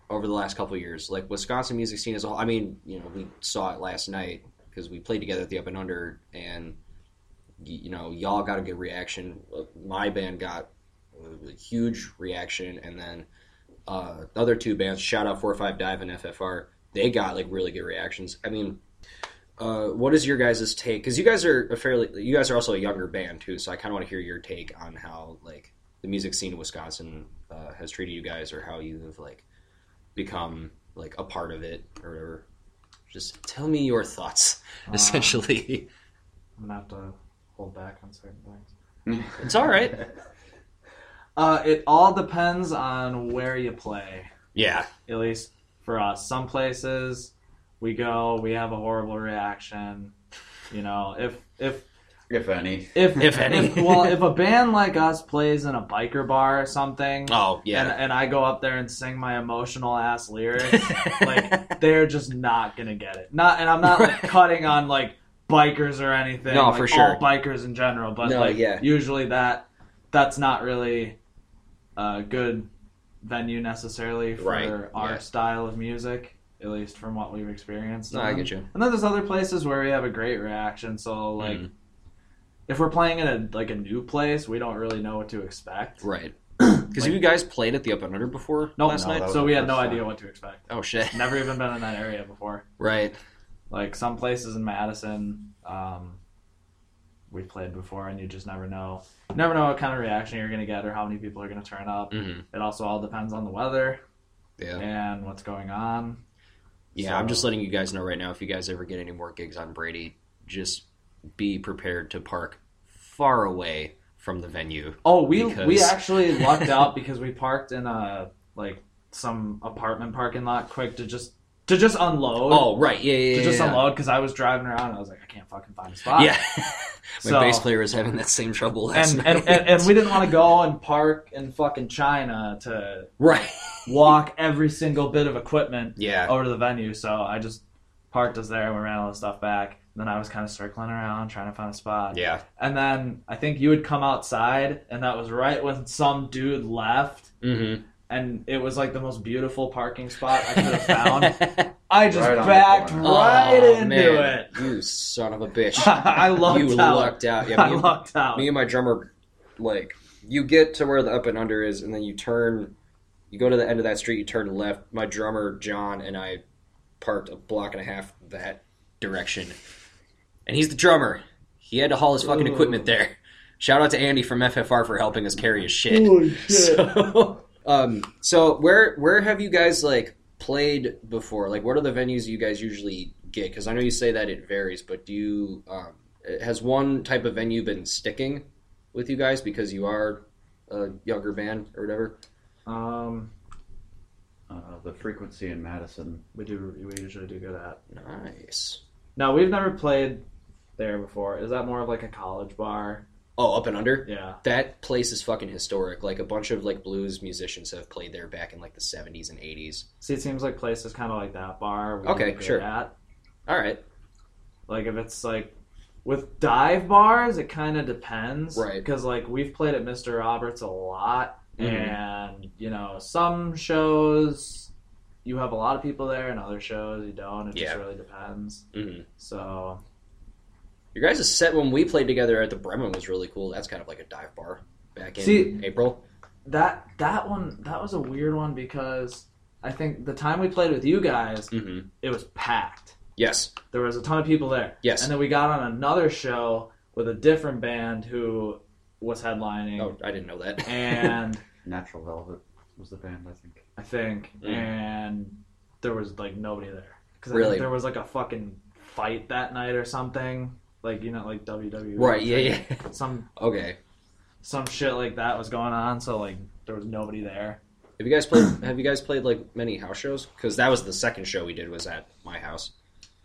Speaker 1: over the last couple of years. Like Wisconsin music scene as a whole. I mean, you know, we saw it last night because we played together at the Up and Under, and y- you know, y'all got a good reaction. Uh, My band got a huge reaction, and then uh, the other two bands, shout out Four Five Dive and FFR, they got like really good reactions. I mean, uh, what is your guys' take? Because you guys are a fairly, you guys are also a younger band too, so I kind of want to hear your take on how like the music scene in Wisconsin uh, has treated you guys, or how you have like become like a part of it, or whatever. Just tell me your thoughts, essentially.
Speaker 2: I'm gonna have to hold back on certain things.
Speaker 1: it's all right.
Speaker 2: Uh, it all depends on where you play.
Speaker 1: Yeah.
Speaker 2: At least for us, some places we go, we have a horrible reaction. You know, if if
Speaker 3: if any.
Speaker 2: if
Speaker 1: If any.
Speaker 2: well, if a band like us plays in a biker bar or something,
Speaker 1: Oh yeah.
Speaker 2: and, and I go up there and sing my emotional ass lyrics, like they're just not gonna get it. Not, and I'm not like cutting on like bikers or anything.
Speaker 1: No,
Speaker 2: like,
Speaker 1: for sure.
Speaker 2: all bikers in general, but
Speaker 1: No,
Speaker 2: like
Speaker 1: yeah.
Speaker 2: usually that that's not really a good venue necessarily for
Speaker 1: Right,
Speaker 2: our
Speaker 1: yeah.
Speaker 2: style of music, at least from what we've experienced.
Speaker 1: No, I
Speaker 2: Um,
Speaker 1: get you.
Speaker 2: And then there's other places where we have a great reaction. So like.
Speaker 1: Mhm.
Speaker 2: If we're playing at a like a new place, we don't really know what to expect.
Speaker 1: Right. Because have you guys played at the Up and Under before
Speaker 2: No,
Speaker 1: last
Speaker 2: no,
Speaker 1: night?
Speaker 3: that was
Speaker 2: so
Speaker 3: the
Speaker 2: we had no
Speaker 3: first
Speaker 2: idea
Speaker 3: time.
Speaker 2: what to expect.
Speaker 1: Oh shit!
Speaker 2: Never even been in that area before.
Speaker 1: Right.
Speaker 2: Like some places in Madison, um, we've played before, and you just never know. You never know what kind of reaction you're going to get or how many people are going to turn up.
Speaker 1: hmm
Speaker 2: It also all depends on the weather
Speaker 1: Yeah.
Speaker 2: and what's going on.
Speaker 1: Yeah.
Speaker 2: So-
Speaker 1: I'm just letting you guys know right now. If you guys ever get any more gigs on Brady, just be prepared to park far away from the venue.
Speaker 2: Oh, we we
Speaker 1: Because-
Speaker 2: actually lucked out because we parked in a like some apartment parking lot quick to just to just unload.
Speaker 1: Oh, right. Yeah. Yeah.
Speaker 2: To
Speaker 1: yeah,
Speaker 2: just
Speaker 1: yeah.
Speaker 2: unload because I was driving around and I was like, I can't fucking find a spot.
Speaker 1: Yeah. My
Speaker 2: So-
Speaker 1: bass player was having that same trouble last
Speaker 2: and,
Speaker 1: night.
Speaker 2: and, and, and we didn't want to go and park in fucking China to
Speaker 1: right.
Speaker 2: walk every single bit of equipment
Speaker 1: Yeah.
Speaker 2: over to the venue. So I just parked us there and we ran all the stuff back. And then I was kind of circling around trying to find a spot.
Speaker 1: Yeah.
Speaker 2: And then I think you would come outside, and that was right when some dude left.
Speaker 1: Mm-hmm.
Speaker 2: And it was like the most beautiful parking spot I could have found. I just
Speaker 3: Right on the
Speaker 2: backed
Speaker 3: corner.
Speaker 2: right
Speaker 1: Oh,
Speaker 2: into it.
Speaker 1: You son of a bitch.
Speaker 2: I lucked
Speaker 1: you
Speaker 2: out.
Speaker 1: lucked out. Yeah,
Speaker 2: I
Speaker 1: me and-
Speaker 2: lucked out.
Speaker 1: me and my drummer like you get to where the up and under is and then you turn you go to the end of that street you turn left my drummer john and i parked a block and a half that direction and he's the drummer he had to haul his fucking equipment there shout out to andy from ffr for helping us carry his shit, so um so where where have you guys like played before like what are the venues you guys usually get because i know you say that it varies but do you um has one type of venue been sticking with you guys because you are a younger band or whatever.
Speaker 2: um,
Speaker 3: Uh, the frequency in Madison.
Speaker 2: we do. We usually do good at.
Speaker 1: Nice.
Speaker 2: Now we've never played there before. Is that more of like a college bar?
Speaker 1: Oh, up and under.
Speaker 2: Yeah.
Speaker 1: That place is fucking historic. Like a bunch of like blues musicians have played there back in like the seventies and eighties.
Speaker 2: See, it seems like places kind of like that bar. We
Speaker 1: Okay,
Speaker 2: do good
Speaker 1: sure.
Speaker 2: At.
Speaker 1: All right.
Speaker 2: Like if it's like with dive bars, it kind of depends.
Speaker 1: Right.
Speaker 2: Because like we've played at Mister Roberts a lot,
Speaker 1: Mhm.
Speaker 2: and you know some shows you have a lot of people there, and other shows you don't. It
Speaker 1: Yeah.
Speaker 2: just really depends.
Speaker 1: Mhm.
Speaker 2: So
Speaker 1: Mm-hmm. Your guys' set when we played together at the Bremen was really cool. That's kind of like a dive bar back in
Speaker 2: See-
Speaker 1: April.
Speaker 2: That that one that was a weird one because I think the time we played with you guys,
Speaker 1: hmm
Speaker 2: it was packed.
Speaker 1: Yes.
Speaker 2: There was a ton of people there.
Speaker 1: Yes.
Speaker 2: And then we got on another show with a different band who was headlining,
Speaker 1: Oh, I didn't know that.
Speaker 2: and
Speaker 3: Natural Velvet was the band, I think.
Speaker 2: I think,
Speaker 1: Mm.
Speaker 2: and there was like nobody there. 'Cause I think
Speaker 1: Really?
Speaker 2: there was like a fucking fight that night or something. Like you know, like WWE.
Speaker 1: right. Yeah. Yeah.
Speaker 2: Some
Speaker 1: okay.
Speaker 2: some shit like that was going on, so like there was nobody there.
Speaker 1: Have you guys played? have you guys played like many house shows? Because that was the second show we did was at my house.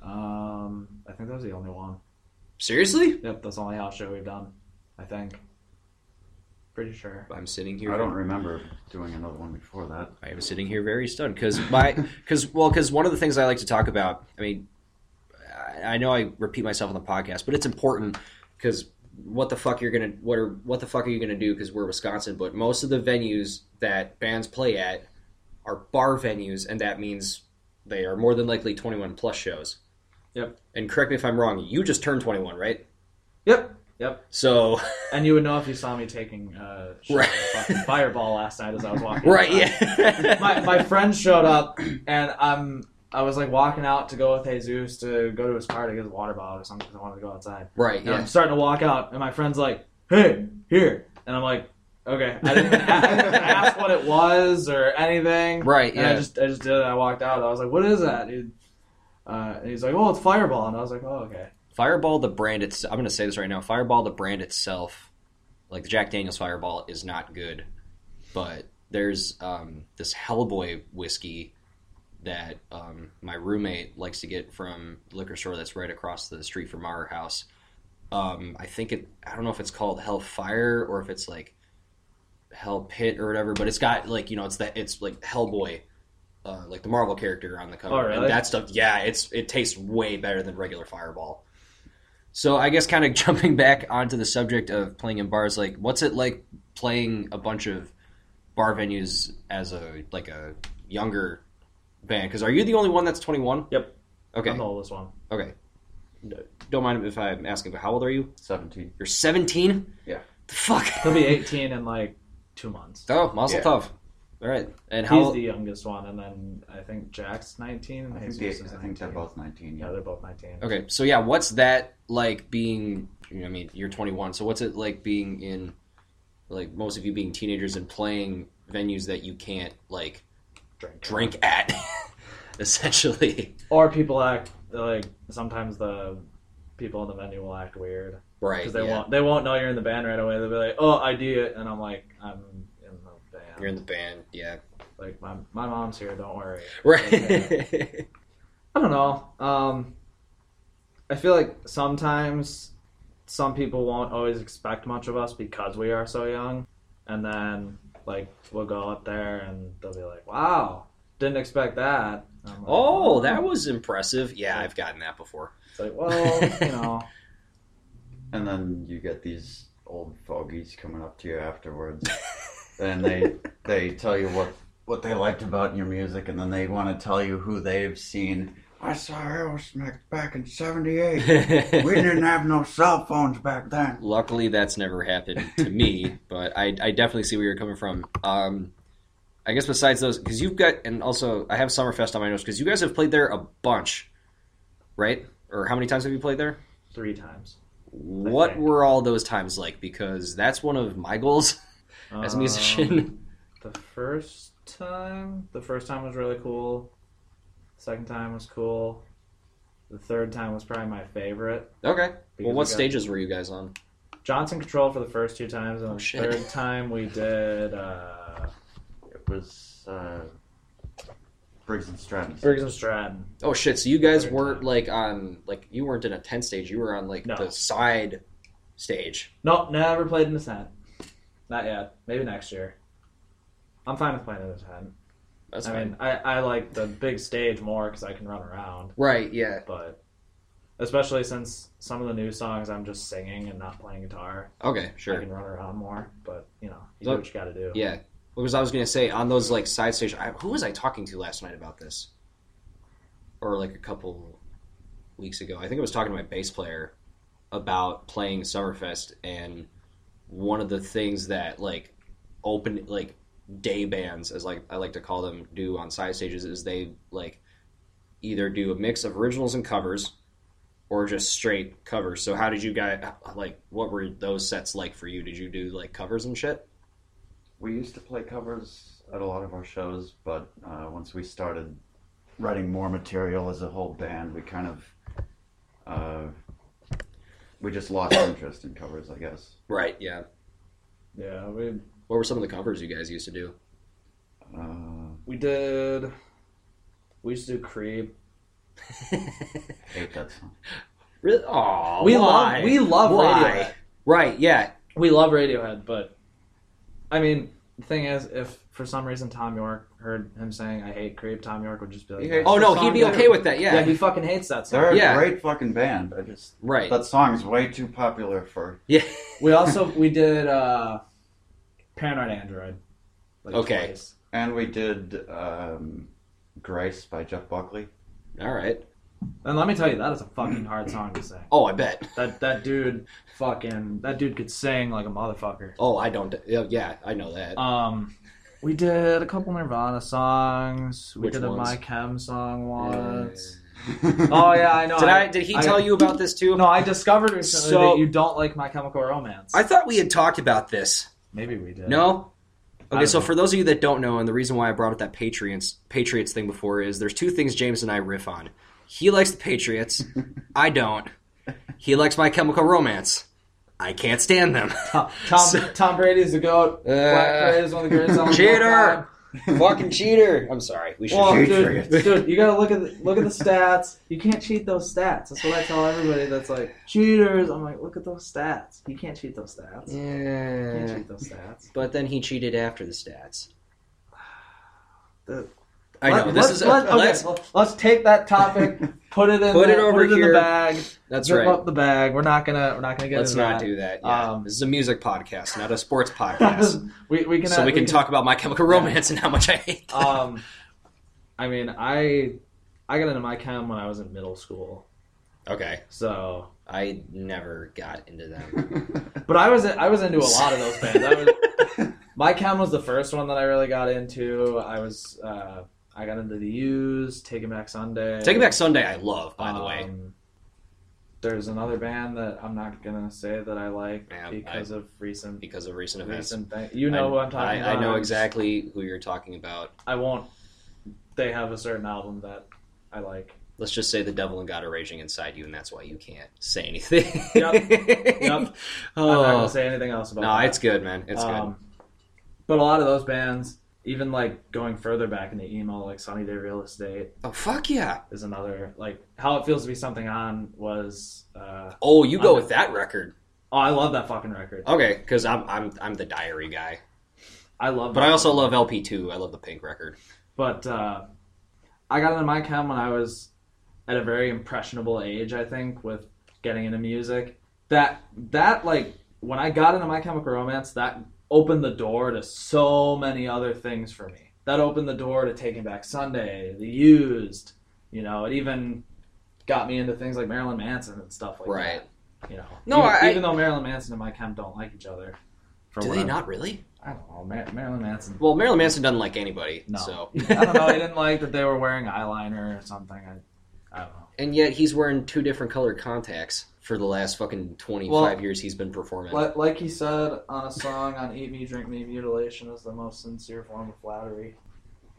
Speaker 2: Um, I think that was the only one.
Speaker 1: Seriously?
Speaker 2: Yep, that's the only house show we've done. I think. Pretty sure.
Speaker 1: I'm sitting here.
Speaker 3: I don't remember doing another one before that.
Speaker 1: I am sitting here very stunned because my because well because one of the things I like to talk about. I mean, I, I know I repeat myself on the podcast, but it's important because what the fuck you're gonna what are what the fuck are you gonna do? Because we're Wisconsin, but most of the venues that bands play at are bar venues, and that means they are more than likely 21 plus shows.
Speaker 2: Yep.
Speaker 1: And correct me if I'm wrong. You just turned 21, right?
Speaker 2: Yep. Yep.
Speaker 1: So
Speaker 2: And you would know if you saw me taking uh shit
Speaker 1: Right.
Speaker 2: with a fucking fireball last night as I was walking.
Speaker 1: right,
Speaker 2: outside.
Speaker 1: yeah.
Speaker 2: my my friend showed up and I'm I was like walking out to go with Jesus to go to his car to get his water bottle or something because I wanted to go outside.
Speaker 1: right,
Speaker 2: And
Speaker 1: yeah.
Speaker 2: I'm starting to walk out, and my friend's like, "Hey, here!" And I'm like, "Okay." I didn't, I didn't ask what it was or anything.
Speaker 1: Right,
Speaker 2: And I
Speaker 1: yeah.
Speaker 2: just, I just did it. I walked out. I was like, "What is that?" Dude? Uh, and he's like, "Oh, it's Fireball." And I was like, "Oh, okay."
Speaker 1: Fireball, the brand itself, I'm going to say this right now. Fireball, the brand itself, like the Jack Daniels Fireball, is not good. But there's um, this Hellboy whiskey that um, my roommate likes to get from liquor store that's right across the street from our house. Um, I think it, I don't know if it's called Hellfire or if it's like Hell Pit or whatever, but it's got like, you know, it's that, it's like Hellboy. Uh, like the Marvel character on the cover,
Speaker 2: Oh, really?
Speaker 1: and that stuff, yeah, it's it tastes way better than regular Fireball. So I guess kind of jumping back onto the subject of playing in bars, like what's it like playing a bunch of bar venues as a like a younger band? Because are you the only one that's twenty one?
Speaker 2: Yep.
Speaker 1: Okay.
Speaker 2: I'm the oldest one.
Speaker 1: Okay. D- Don't mind if I'm asking, but how old are you?
Speaker 3: 17.
Speaker 1: You're seventeen.
Speaker 3: Yeah.
Speaker 1: The fuck.
Speaker 2: He'll be 18 in like two months.
Speaker 1: Oh, Mazel
Speaker 3: Yeah.
Speaker 1: Tov. All right. And
Speaker 2: He's
Speaker 1: how?
Speaker 2: the youngest one, and then I think Jack's 19. and
Speaker 3: I
Speaker 2: Jesus
Speaker 3: think, they,
Speaker 2: is
Speaker 3: I think they're
Speaker 2: 19.
Speaker 3: both 19.
Speaker 2: Yeah,
Speaker 3: Yeah.
Speaker 2: they're both 19.
Speaker 1: okay. So yeah, what's that like being? you know, I mean, you're twenty one. So what's it like being in? Like most of you being teenagers and playing venues that you can't like
Speaker 2: Drink.
Speaker 1: drink at, essentially.
Speaker 2: Or people act like sometimes the people in the venue will act weird.
Speaker 1: Right.
Speaker 2: because they
Speaker 1: yeah.
Speaker 2: won't they won't know you're in the band right away. They'll be like, "Oh, I do it," and I'm like, "I'm in the band.
Speaker 1: You're in the band. Yeah.
Speaker 2: like my my mom's here. Don't worry."
Speaker 1: Right.
Speaker 2: I don't know. Um, I feel like sometimes some people won't always expect much of us because we are so young, and then like we'll go up there and they'll be like, "Wow, didn't expect that." And I'm like,
Speaker 1: oh, that was impressive. Yeah, I've gotten that before.
Speaker 2: It's like, well, you know,
Speaker 3: And then you get these old fogies coming up to you afterwards, and they they tell you what what they liked about your music, and then they want to tell you who they've seen. I saw Aerosmith back in '78. we didn't have no cell phones back then.
Speaker 1: Luckily, that's never happened to me, but I, I definitely see where you're coming from. Um, I guess besides those, because you've got, and also I have Summerfest on my notes because you guys have played there a bunch, right? Or how many times have you played there?
Speaker 2: three times.
Speaker 1: What
Speaker 2: think.
Speaker 1: were all those times like? Because that's one of my goals as a
Speaker 2: Um,
Speaker 1: musician.
Speaker 2: The first time, the first time was really cool. Second time was cool. The third time was probably my favorite.
Speaker 1: okay.
Speaker 2: Because
Speaker 1: Well, what
Speaker 2: we got-
Speaker 1: stages were you guys on?
Speaker 2: Johnson Control for the first two times, and
Speaker 1: Oh,
Speaker 2: the
Speaker 1: shit.
Speaker 2: third time we did uh,
Speaker 3: It was uh, Briggs and Stratton.
Speaker 2: Briggs and Stratton.
Speaker 1: Oh shit! So you guys
Speaker 2: Third
Speaker 1: weren't
Speaker 2: time.
Speaker 1: like on like you weren't in a tent stage. You were on like
Speaker 2: No.
Speaker 1: the side stage.
Speaker 2: Nope, never played in the tent. Not yet. Maybe next year. I'm fine with playing in the tent.
Speaker 1: That's
Speaker 2: I
Speaker 1: fine.
Speaker 2: mean, I, I like the big stage more because I can run around,
Speaker 1: Right? Yeah.
Speaker 2: but especially since some of the new songs I'm just singing and not playing guitar.
Speaker 1: Okay.
Speaker 2: I
Speaker 1: Sure.
Speaker 2: can run around more, but you know, you
Speaker 1: Look-
Speaker 2: do what you got to do.
Speaker 1: Yeah. Because I was gonna say on those like side stage. I, who was I talking to last night about this? Or like a couple weeks ago. I think I was talking to my bass player about playing Summerfest, and one of the things that like open like day bands, as like I like to call them, do on side stages is they like either do a mix of originals and covers, or just straight covers. So how did you guys like? What were those sets like for you? Did you do like covers and shit?
Speaker 3: We used to play covers at a lot of our shows, but uh, once we started writing more material as a whole band, we kind of uh, we just lost interest in covers, I guess.
Speaker 1: Right. Yeah.
Speaker 2: Yeah, we
Speaker 1: What were some of the covers you guys used to do?
Speaker 3: Uh,
Speaker 2: we did. We used to do Creep.
Speaker 3: hate that song.
Speaker 1: Really? Aw,
Speaker 2: We
Speaker 1: Oh, why?
Speaker 2: love we love
Speaker 1: Why?
Speaker 2: Radiohead.
Speaker 1: Right. Yeah.
Speaker 2: We love Radiohead, but I mean, the thing is, if for some reason Tom York heard him saying "I hate Creep," Tom York would just be like,
Speaker 3: He hates
Speaker 1: Oh
Speaker 3: the
Speaker 1: no,
Speaker 3: song
Speaker 1: he'd be
Speaker 3: too.
Speaker 1: okay with that.
Speaker 2: yeah,
Speaker 1: Yeah.
Speaker 2: he fucking hates that song."
Speaker 3: They're a
Speaker 1: Yeah.
Speaker 3: great fucking band. I just
Speaker 1: Right.
Speaker 3: that song is way too popular for.
Speaker 1: Yeah.
Speaker 2: We also we did uh Paranoid Android. like,
Speaker 1: Okay.
Speaker 2: twice.
Speaker 3: And we did um, "Grace" by Jeff Buckley.
Speaker 1: All right.
Speaker 2: And let me tell you, that is a fucking hard song to sing.
Speaker 1: Oh, I bet.
Speaker 2: That that dude fucking that dude could sing like a motherfucker.
Speaker 1: Oh, I don't. yeah, Yeah, I know that.
Speaker 2: Um, we did a couple Nirvana songs. We
Speaker 1: Which
Speaker 2: did a
Speaker 1: ones?
Speaker 2: My Chem song once.
Speaker 3: Oh,
Speaker 2: Oh yeah, I know.
Speaker 1: did I? Did he tell you about this too?
Speaker 2: No, I discovered recently
Speaker 1: So-
Speaker 2: that you don't like My Chemical Romance.
Speaker 1: I thought we had talked about this.
Speaker 2: Maybe we did.
Speaker 1: No.
Speaker 2: I
Speaker 1: Okay,
Speaker 2: don't
Speaker 1: so
Speaker 2: know.
Speaker 1: for those of you that don't know, and the reason why I brought up that Patriots Patriots thing before is there's two things James and I riff on. He likes the Patriots, I don't. He likes My Chemical Romance, I can't stand them.
Speaker 2: Uh, Tom Tom, Tom Brady's the goat. Black
Speaker 1: Uh,
Speaker 2: Parade is one of the greatest. songs of all time.
Speaker 1: Cheater, fucking cheater. I'm sorry. We should.
Speaker 2: Well,
Speaker 3: Cheat
Speaker 2: dude,
Speaker 3: for you.
Speaker 2: dude, you gotta look at the, look at the stats. You can't cheat those stats. That's what I tell everybody. That's like cheaters. I'm like, look at those stats. You can't cheat those stats. You can't
Speaker 1: yeah.
Speaker 2: cheat those stats.
Speaker 1: But then he cheated after the stats.
Speaker 2: The-
Speaker 1: I know. this
Speaker 2: Let- let's,
Speaker 1: is.
Speaker 2: let, okay,
Speaker 1: let's-
Speaker 2: let's let's take that topic, put it in,
Speaker 1: Put
Speaker 2: the,
Speaker 1: it over
Speaker 2: put in
Speaker 1: here.
Speaker 2: the bag,
Speaker 1: that's
Speaker 2: zip
Speaker 1: right.
Speaker 2: up the bag. We're not gonna we're not gonna get
Speaker 1: Let's
Speaker 2: into
Speaker 1: not
Speaker 2: that.
Speaker 1: do that. Yeah.
Speaker 2: Um,
Speaker 1: this is a music podcast, not a sports podcast.
Speaker 2: we we can
Speaker 1: so we can talk about My Chemical Romance and how much I hate. That.
Speaker 2: Um, I mean, I I got into my chem when I was in middle school,
Speaker 1: okay,
Speaker 2: so
Speaker 1: I never got into them.
Speaker 2: But I was I was into a lot of those bands. I was, my Chem was the first one that I really got into. I was uh, I got into the U's, Taking Back Sunday.
Speaker 1: Take It Back Sunday, I love. By the way,
Speaker 2: Um, there's another band that I'm not gonna say that I like
Speaker 1: Yeah,
Speaker 2: because of recent
Speaker 1: because of recent events,
Speaker 2: recent things. You know
Speaker 1: I,
Speaker 2: what I'm talking
Speaker 1: I,
Speaker 2: about.
Speaker 1: I know exactly who you're talking about.
Speaker 2: I won't. They have a certain album that I like.
Speaker 1: Let's just say the devil and God are raging inside you, and that's why you can't say anything.
Speaker 2: Yep. Yep. I'm not
Speaker 1: Oh.
Speaker 2: gonna say anything else about.
Speaker 1: No,
Speaker 2: that.
Speaker 1: it's good, man. It's
Speaker 2: Um, But a lot of those bands, even like going further back in the emo, like Sunny Day Real Estate
Speaker 1: good. Oh fuck yeah!
Speaker 2: is another like how it feels to be something on was uh
Speaker 1: Oh, you go
Speaker 2: I'm-
Speaker 1: with that record,
Speaker 2: oh I love that fucking record.
Speaker 1: okay? Because I'm I'm I'm the diary guy,
Speaker 2: I love
Speaker 1: but
Speaker 2: that
Speaker 1: I also
Speaker 2: record.
Speaker 1: love LP two. I love the Pink record.
Speaker 2: but uh I got into my chem when I was at a very impressionable age, I think, with getting into music. That that like when I got into my chemical romance, that opened the door to so many other things for me. That opened the door to Taking Back Sunday, the used, you know, it even got me into things like Marilyn Manson and stuff like
Speaker 1: Right.
Speaker 2: that. You know.
Speaker 1: No,
Speaker 2: even,
Speaker 1: I-
Speaker 2: even though Marilyn Manson and my chem don't like each other. For
Speaker 1: Do
Speaker 2: what
Speaker 1: they
Speaker 2: I'm-
Speaker 1: not really?
Speaker 2: I don't know. Mar- Marilyn Manson
Speaker 1: Well, Marilyn Manson doesn't like anybody.
Speaker 2: No.
Speaker 1: So
Speaker 2: I don't know. I didn't like that they were wearing eyeliner or something. I, I don't know.
Speaker 1: and yet he's wearing two different colored contacts for the last fucking twenty five
Speaker 2: Well,
Speaker 1: years he's been performing.
Speaker 2: Like, like he said on a song on "Eat Me, Drink Me, Mutilation" is the most sincere form of flattery.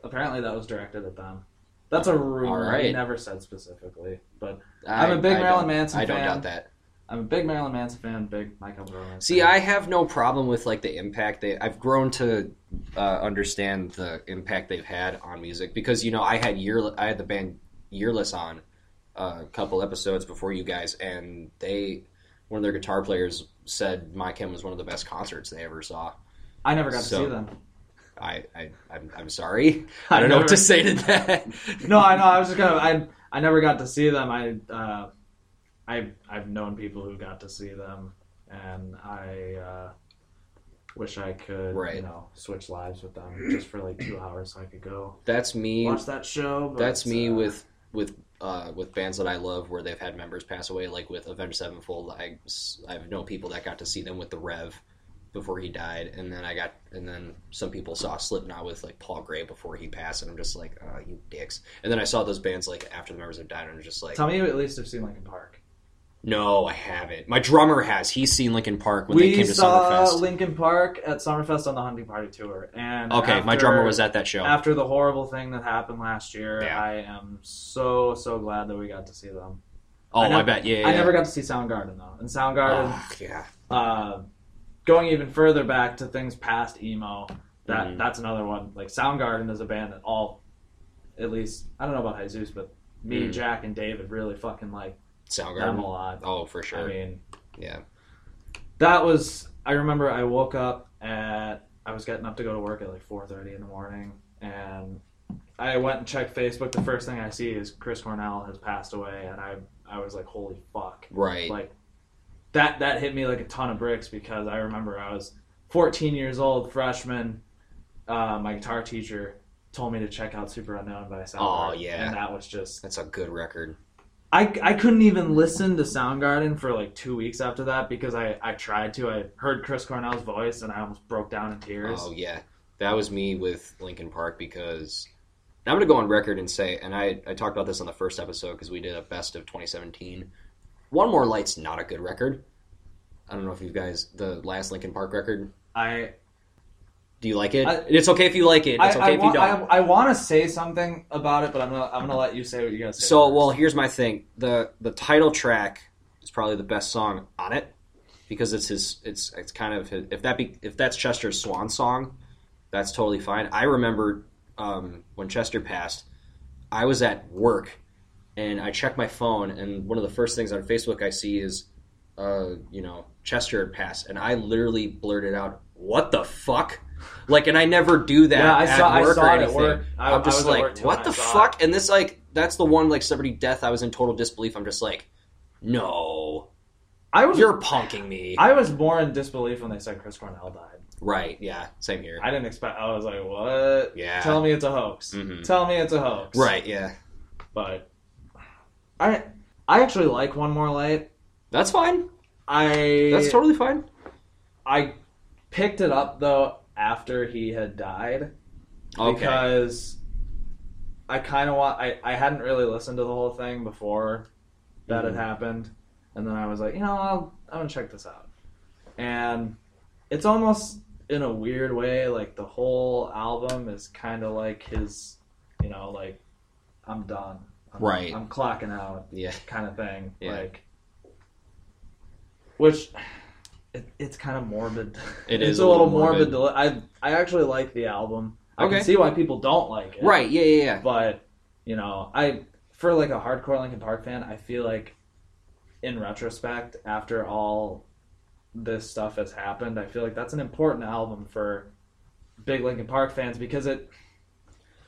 Speaker 2: Apparently, that was directed at them. That's a rumor.
Speaker 1: Alright.
Speaker 2: He never said specifically, but
Speaker 1: I,
Speaker 2: I'm a big
Speaker 1: I
Speaker 2: Marilyn
Speaker 1: don't-
Speaker 2: Manson
Speaker 1: I don't
Speaker 2: fan.
Speaker 1: doubt that.
Speaker 2: I'm a big Marilyn Manson fan. Big Michael Romance.
Speaker 1: See,
Speaker 2: fan.
Speaker 1: I have no problem with like the impact they. I've grown to uh, understand the impact they've had on music because you know I had year I had the band Yearless on uh, a couple episodes before you guys, and they one of their guitar players said My Chem was one of the best concerts they ever saw.
Speaker 2: I never got to
Speaker 1: so-
Speaker 2: see them.
Speaker 1: I, I I'm, I'm sorry. I don't know what
Speaker 2: never-
Speaker 1: to say to that.
Speaker 2: No, I know. I was just gonna. I I never got to see them. I uh, I I've known people who got to see them, and I uh, wish I could,
Speaker 1: Right.
Speaker 2: you know, switch lives with them just for like two hours so I could go
Speaker 1: That's me.
Speaker 2: watch that show. But,
Speaker 1: That's me
Speaker 2: uh,
Speaker 1: with with uh, with bands that I love where they've had members pass away, like with Avenged Sevenfold. I I've known people that got to see them with the Rev before he died, and then I got and then some people saw Slipknot with like Paul Gray before he passed, and I'm just like, oh, you dicks. And then I saw those bands like after the members have died, and I'm just like,
Speaker 2: Tell me you at least have seen Linkin Park.
Speaker 1: no, I haven't. My drummer has. He's seen Linkin Park when they
Speaker 2: we
Speaker 1: came to
Speaker 2: saw
Speaker 1: Summerfest.
Speaker 2: Linkin Park at Summerfest on the Hunting Party tour, and
Speaker 1: okay, my
Speaker 2: after-
Speaker 1: drummer was at that show.
Speaker 2: After the horrible thing that happened last year,
Speaker 1: Yeah.
Speaker 2: I am so so glad that we got to see them.
Speaker 1: oh,
Speaker 2: I
Speaker 1: I,
Speaker 2: never-
Speaker 1: bet. Yeah, yeah.
Speaker 2: I
Speaker 1: yeah.
Speaker 2: never got to see Soundgarden though, and Soundgarden
Speaker 1: Oh, yeah.
Speaker 2: uh, going even further back to things past emo, that
Speaker 1: Mhm.
Speaker 2: that's another one. Like Soundgarden is a band that all, at least I don't know about Jesus, but me,
Speaker 1: Mhm.
Speaker 2: Jack, and David really fucking like them a
Speaker 1: Soundgarden.
Speaker 2: lot.
Speaker 1: Oh, for sure.
Speaker 2: I mean,
Speaker 1: yeah.
Speaker 2: that was. I remember I woke up at I was getting up to go to work at like four thirty in the morning, and I went and checked Facebook. The first thing I see is Chris Cornell has passed away, and I I was like, holy fuck
Speaker 1: Right.
Speaker 2: like that that hit me like a ton of bricks because I remember I was 14 years old, freshman. Uh, my guitar teacher told me to check out Super Unknown by Soundgarden.
Speaker 1: Oh, yeah.
Speaker 2: and that was just
Speaker 1: That's a good record.
Speaker 2: I I couldn't even listen to Soundgarden for like two weeks after that because I I tried to. I heard Chris Cornell's voice and I almost broke down in tears.
Speaker 1: Oh yeah, that was me with Lincoln Park because and I'm going to go on record and say, and I I talked about this on the first episode because we did a best of 2017. One More Light's not a good record. I don't know if you guys the last Lincoln Park record.
Speaker 2: I
Speaker 1: Do you like it?
Speaker 2: I-
Speaker 1: it's okay if you like it.
Speaker 2: I,
Speaker 1: It's okay
Speaker 2: I,
Speaker 1: if
Speaker 2: wa-
Speaker 1: you don't.
Speaker 2: I, I want to say something about it, but I'm gonna I'm gonna let you say what you guys say.
Speaker 1: So,
Speaker 2: first.
Speaker 1: well, here's my thing. the The title track is probably the best song on it because it's his. It's it's kind of his, if that be if that's Chester's swan song, that's totally fine. I remember um, when Chester passed, I was at work and I checked my phone, and one of the first things on Facebook I see is, uh, you know, Chester had passed, and I literally blurted out, "What the fuck." Like and I never do that.
Speaker 2: Yeah, I
Speaker 1: at
Speaker 2: saw- I
Speaker 1: work
Speaker 2: saw
Speaker 1: or
Speaker 2: it at
Speaker 1: anything.
Speaker 2: work. I- I
Speaker 1: I'm just
Speaker 2: was at work
Speaker 1: like,
Speaker 2: too
Speaker 1: what
Speaker 2: when I
Speaker 1: the
Speaker 2: saw it."
Speaker 1: fuck? And this like that's the one like celebrity death. I was in total disbelief. I'm just like, no,
Speaker 2: I was
Speaker 1: you're punking me.
Speaker 2: I was more in disbelief when they said Chris Cornell died.
Speaker 1: right? Yeah. Same here.
Speaker 2: I didn't expect. I was like, "What?
Speaker 1: Yeah.
Speaker 2: Tell me it's a hoax.
Speaker 1: Mhm.
Speaker 2: Tell me it's a hoax."
Speaker 1: right. Yeah.
Speaker 2: But I, I actually like One More Light.
Speaker 1: That's fine.
Speaker 2: I
Speaker 1: That's totally fine.
Speaker 2: I picked it up though after he had died
Speaker 1: Okay.
Speaker 2: because I kind of want. I I hadn't really listened to the whole thing before that
Speaker 1: Mhm.
Speaker 2: had happened, and then I was like, you know, I'll I'm gonna check this out, and it's almost in a weird way like the whole album is kind of like his, you know, like I'm done, I'm,
Speaker 1: Right.
Speaker 2: I'm clocking out,
Speaker 1: yeah.
Speaker 2: kind of thing,
Speaker 1: Yeah.
Speaker 2: like which. It, it's kind of morbid.
Speaker 1: It
Speaker 2: it's
Speaker 1: is
Speaker 2: a little
Speaker 1: morbid.
Speaker 2: morbid. to li- I I actually like the album. I
Speaker 1: Okay.
Speaker 2: can see why people don't like it.
Speaker 1: Right. Yeah. Yeah. Yeah.
Speaker 2: But you know, I for like a hardcore Linkin Park fan, I feel like in retrospect, after all this stuff has happened, I feel like that's an important album for big Linkin Park fans because it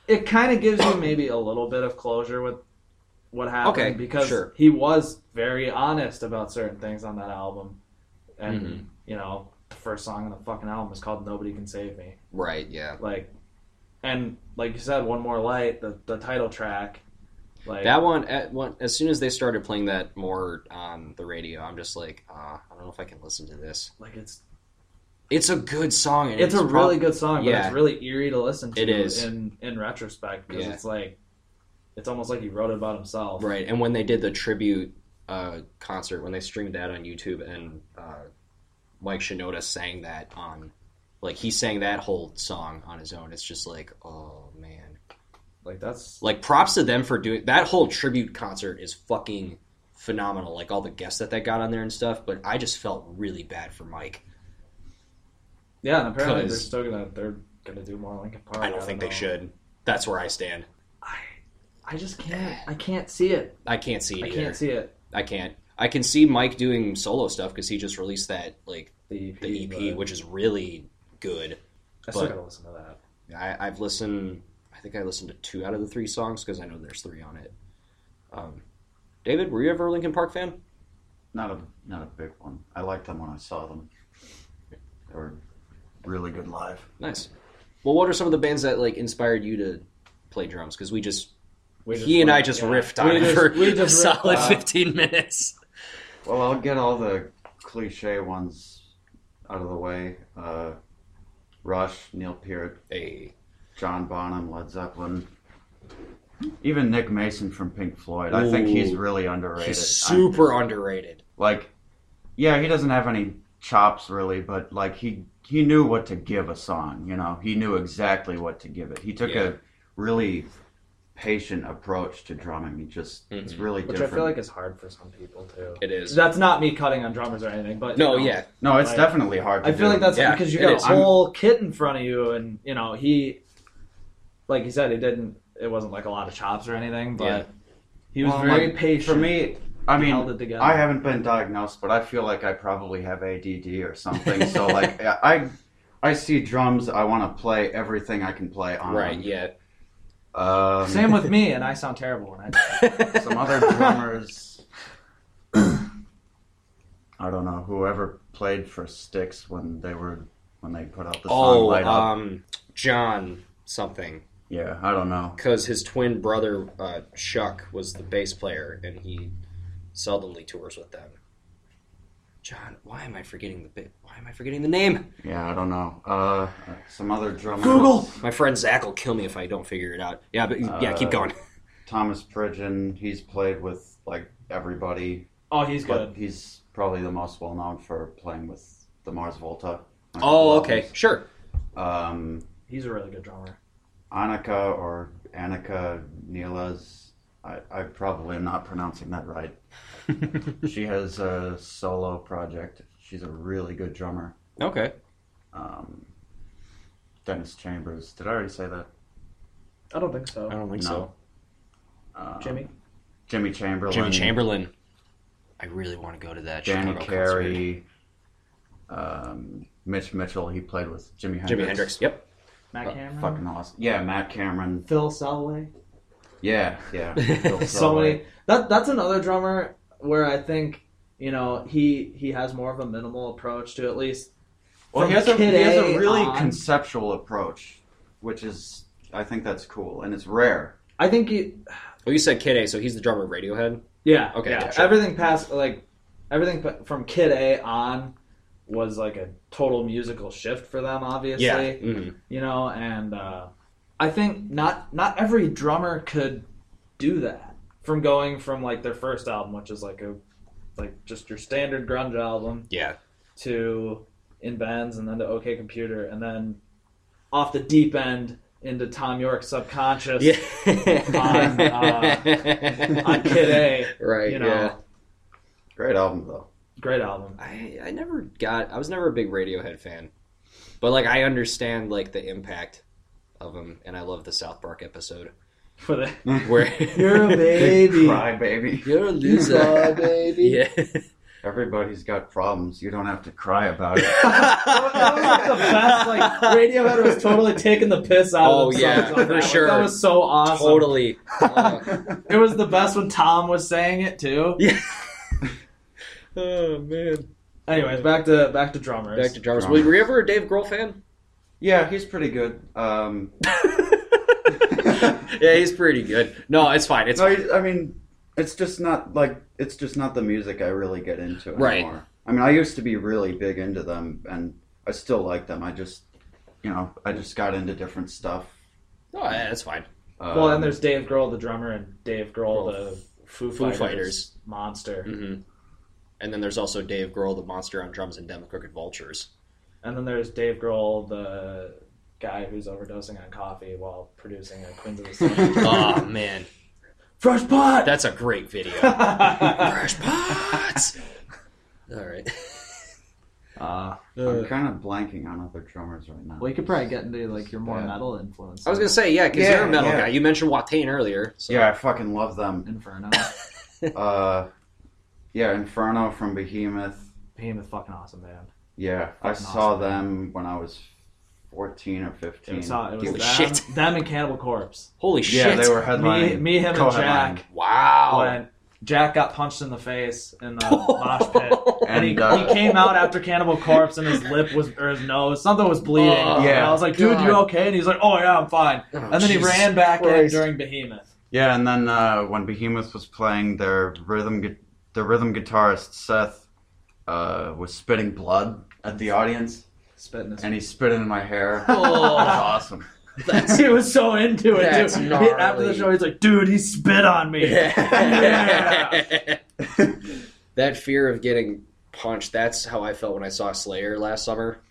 Speaker 2: it kind of gives you maybe a little bit of closure with what happened
Speaker 1: Okay,
Speaker 2: because
Speaker 1: sure.
Speaker 2: he was very honest about certain things on that album, and
Speaker 1: Mhm.
Speaker 2: you know, the first song on the fucking album is called "Nobody Can Save Me."
Speaker 1: Right. Yeah.
Speaker 2: like and like you said one more light the, the title track like
Speaker 1: That one, at one, as soon as they started playing that more on the radio, I'm just like, uh, I don't know if I can listen to this.
Speaker 2: like it's
Speaker 1: It's a good song. And
Speaker 2: it's, a
Speaker 1: prob-
Speaker 2: really good song but
Speaker 1: yeah.
Speaker 2: it's really eerie to listen to
Speaker 1: It is.
Speaker 2: in in retrospect because
Speaker 1: Yeah.
Speaker 2: it's like it's almost like he wrote it about himself
Speaker 1: Right, and when they did the tribute uh, concert, when they streamed that on YouTube, and uh, Mike Shinoda sang that on, like he sang that whole song on his own. It's just like, oh man,
Speaker 2: like that's
Speaker 1: like props to them for doing that whole tribute concert is fucking phenomenal. Like all the guests that they got on there and stuff. But I just felt really bad for Mike.
Speaker 2: yeah and apparently they're
Speaker 1: 'Cause-
Speaker 2: still gonna they're gonna do more Linkin Park
Speaker 1: I don't think they
Speaker 2: know.
Speaker 1: should. That's where I stand.
Speaker 2: I just can't I can't see it
Speaker 1: I can't see it
Speaker 2: I
Speaker 1: either.
Speaker 2: can't see it
Speaker 1: I can't. I can see Mike doing solo stuff because he just released that like
Speaker 2: the EP,
Speaker 1: the EP,
Speaker 2: but
Speaker 1: which is really good.
Speaker 2: I still
Speaker 1: but-
Speaker 2: gotta listen to that
Speaker 1: I, I've listened. I think I listened to two out of the three songs because I know there's three on it. Um, David, were you ever a Linkin Park fan?
Speaker 3: Not a not a big one. I liked them when I saw them. They were really good live.
Speaker 1: Nice. Well, what are some of the bands that like inspired you to play drums? Because we just
Speaker 2: We just
Speaker 1: he and I
Speaker 2: went,
Speaker 1: just
Speaker 2: yeah.
Speaker 1: riffed
Speaker 2: We
Speaker 1: on it
Speaker 2: just-
Speaker 1: for
Speaker 2: we
Speaker 1: a
Speaker 2: just riffed
Speaker 1: solid
Speaker 2: on it.
Speaker 1: 15 minutes.
Speaker 3: Well, I'll get all the cliche ones out of the way. Uh, Rush, Neil Peart,
Speaker 1: Hey,
Speaker 3: John Bonham, Led Zeppelin, even Nick Mason from Pink Floyd. I think he's
Speaker 1: Ooh.
Speaker 3: really underrated.
Speaker 1: he's
Speaker 3: I'm-
Speaker 1: super underrated.
Speaker 3: like, yeah, he doesn't have any chops really, but like he he knew what to give a song. You know, he knew exactly what to give it. He took
Speaker 1: Yeah.
Speaker 3: a really patient approach to drumming. He just it's
Speaker 1: Mhm.
Speaker 3: really
Speaker 2: Which
Speaker 3: different.
Speaker 2: I feel like is hard for some people too.
Speaker 1: It is.
Speaker 2: That's not me cutting on drummers or anything, but you
Speaker 1: no,
Speaker 2: know,
Speaker 1: yeah.
Speaker 3: no, it's
Speaker 2: like-
Speaker 3: definitely hard. To
Speaker 2: I feel
Speaker 3: do.
Speaker 2: like that's
Speaker 1: Yeah,
Speaker 2: because you
Speaker 1: it
Speaker 2: got
Speaker 1: is.
Speaker 2: a whole kit in front of you, and you know he, like he said, he didn't. It wasn't like a lot of chops or anything, but
Speaker 1: Yeah.
Speaker 2: he was
Speaker 3: Well,
Speaker 2: very
Speaker 3: like,
Speaker 2: patient.
Speaker 3: For me, I
Speaker 2: He
Speaker 3: mean,
Speaker 2: held it together.
Speaker 3: I haven't been diagnosed, but I feel like I probably have ADD or something. so like, I, I see drums. I want to play everything I can play on.
Speaker 1: Right, yeah.
Speaker 3: Um,
Speaker 2: same with me, and I sound terrible when I.
Speaker 3: some other drummers. I don't know whoever played for Styx when they were when they put out the song
Speaker 1: Oh,
Speaker 3: Light Up.
Speaker 1: um, John something.
Speaker 3: yeah, I don't know.
Speaker 1: Because his twin brother, uh, Chuck, was the bass player, and he seldomly tours with them. John, why am I forgetting the bit? Why am I forgetting the name?
Speaker 3: Yeah, I don't know. Uh, some other drummers.
Speaker 1: My friend Zach will kill me if I don't figure it out. Yeah, but yeah, keep
Speaker 3: Uh,
Speaker 1: going.
Speaker 3: Thomas Pridgeon. He's played with like everybody.
Speaker 2: Oh, he's
Speaker 3: but
Speaker 2: good.
Speaker 3: he's probably the most well known for playing with the Mars Volta.
Speaker 1: Oh, okay, sure.
Speaker 3: Um,
Speaker 2: He's a really good drummer.
Speaker 3: Annika or Annika Nielas. I, I probably am not pronouncing that right. she has a solo project. She's a really good drummer.
Speaker 1: Okay.
Speaker 3: Um, Dennis Chambers. Did I already say that?
Speaker 2: I don't think so.
Speaker 1: I don't think so.
Speaker 3: Uh,
Speaker 2: Jimmy,
Speaker 3: Jimmy Chamberlain.
Speaker 1: Jimmy Chamberlain. I really want to go to that.
Speaker 3: Danny
Speaker 1: Chicago concert.
Speaker 3: Carey. Um, Mitch Mitchell. He played with Jimmy Hendrix.
Speaker 1: Jimi Hendrix. Yep. Uh,
Speaker 2: Matt Cameron,
Speaker 3: Oh, Fucking awesome. Yeah, Matt Cameron.
Speaker 2: Phil Selway.
Speaker 3: Yeah, yeah. Bill
Speaker 2: so
Speaker 3: Selway.
Speaker 2: many. That that's another drummer where I think you know he he has more of a minimal approach to at least.
Speaker 3: Well,
Speaker 2: from
Speaker 3: he has a, he
Speaker 2: Kid
Speaker 3: has a
Speaker 2: A
Speaker 3: really
Speaker 2: on.
Speaker 3: conceptual approach, which is I think that's cool and it's rare.
Speaker 2: I think he.
Speaker 1: Well, Oh, you said Kid A, so he's the drummer of Radiohead.
Speaker 2: Yeah.
Speaker 1: Okay,
Speaker 2: Yeah.
Speaker 1: yeah, sure.
Speaker 2: Everything past like everything pa- from Kid A on was like a total musical shift for them. Obviously,
Speaker 1: Mhm.
Speaker 2: you know, and uh, I think not not every drummer could do that from going from like their first album, which is like a like just your standard grunge album,
Speaker 1: Yeah.
Speaker 2: to in bands and then to OK Computer and then off the deep end into Tom York's Subconscious
Speaker 1: Yeah.
Speaker 2: on, uh, on Kid A.
Speaker 1: Right.
Speaker 2: You know,
Speaker 1: Yeah.
Speaker 3: Great album though.
Speaker 2: great album.
Speaker 1: I I never got. I was never a big Radiohead fan, but like I understand like the impact of them, and I love the South Park episode
Speaker 2: For the
Speaker 1: where
Speaker 2: You're a baby.
Speaker 3: Cry baby.
Speaker 1: You're a loser, baby. Yeah.
Speaker 3: Everybody's got problems. You don't have to cry about it.
Speaker 2: that was like the best. Like Radiohead was totally taking the piss out
Speaker 1: Oh,
Speaker 2: of themselves.
Speaker 1: yeah,
Speaker 2: on that
Speaker 1: for
Speaker 2: one.
Speaker 1: sure.
Speaker 2: That was so awesome.
Speaker 1: Totally. Uh,
Speaker 2: It was the best when Tom was saying it too.
Speaker 1: yeah. Oh man.
Speaker 2: Anyways, back to back to drummers.
Speaker 1: Back to drummers. Were were you ever a Dave Grohl fan?
Speaker 3: yeah, he's pretty good. Um,
Speaker 1: yeah, he's pretty good. Oh, No, it's fine. It's
Speaker 3: no,
Speaker 1: fine.
Speaker 3: he's, I mean, it's just not like it's just not the music I really get into anymore.
Speaker 1: Right.
Speaker 3: I mean, I used to be really big into them, and I still like them. I just, you know, I just got into different stuff.
Speaker 1: No, Oh, yeah, it's fine.
Speaker 2: well,
Speaker 3: Um,
Speaker 2: and there's Dave Grohl, the drummer, and Dave Grohl, the Foo,
Speaker 1: Foo
Speaker 2: Fighters,
Speaker 1: Fighters.
Speaker 2: monster,
Speaker 1: hmm And then there's also Dave Grohl, the monster on drums, and Demo Crooked Vultures.
Speaker 2: and then there's Dave Grohl, the guy who's overdosing on coffee while producing a Queens of the Stone.
Speaker 3: um,
Speaker 1: oh man,
Speaker 2: Fresh pot.
Speaker 1: that's a great video. Fresh pots. All right.
Speaker 2: uh,
Speaker 3: I'm kind of blanking on other drummers right now.
Speaker 2: well, you could probably get into like your more
Speaker 3: Yeah.
Speaker 2: metal influence.
Speaker 1: I was gonna say yeah, because
Speaker 3: Yeah,
Speaker 1: you're a metal
Speaker 3: yeah.
Speaker 1: guy. You mentioned Watain earlier. So.
Speaker 3: Yeah, I fucking love them.
Speaker 2: Inferno.
Speaker 3: Uh, yeah, Inferno from Behemoth.
Speaker 2: Behemoth, fucking awesome man.
Speaker 3: Yeah, I
Speaker 2: Fucking
Speaker 3: saw
Speaker 2: awesome.
Speaker 3: them when I was fourteen or fifteen.
Speaker 2: It was, uh, it was
Speaker 1: Holy
Speaker 2: them,
Speaker 1: shit.
Speaker 2: them and Cannibal Corpse.
Speaker 1: Holy
Speaker 3: yeah,
Speaker 1: shit.
Speaker 3: they were headlining.
Speaker 2: Me, me, him, and
Speaker 3: co-headlining.
Speaker 2: Jack.
Speaker 1: Wow.
Speaker 2: When Jack got punched in the face in the mosh pit, and he,
Speaker 3: And, uh,
Speaker 2: he came out after Cannibal Corpse, and his lip was or his nose, something was bleeding.
Speaker 1: Oh,
Speaker 2: and I was like, "Dude,
Speaker 1: God.
Speaker 2: you okay?" And he's like, "Oh yeah, I'm fine." and then he
Speaker 1: Jesus
Speaker 2: ran back in
Speaker 1: Christ.
Speaker 2: during Behemoth.
Speaker 3: Yeah, and then uh, when Behemoth was playing, their rhythm gu- their rhythm guitarist Seth uh, was spitting blood at the audience,
Speaker 2: Spitting his
Speaker 3: and he spit in my hair.
Speaker 1: Oh.
Speaker 3: That's awesome.
Speaker 2: he was so into it.
Speaker 1: That's
Speaker 2: dude.
Speaker 1: gnarly.
Speaker 2: After the show, he's like, "Dude, he spit on me."
Speaker 1: that fear of getting punched, that's how I felt when I saw Slayer last summer.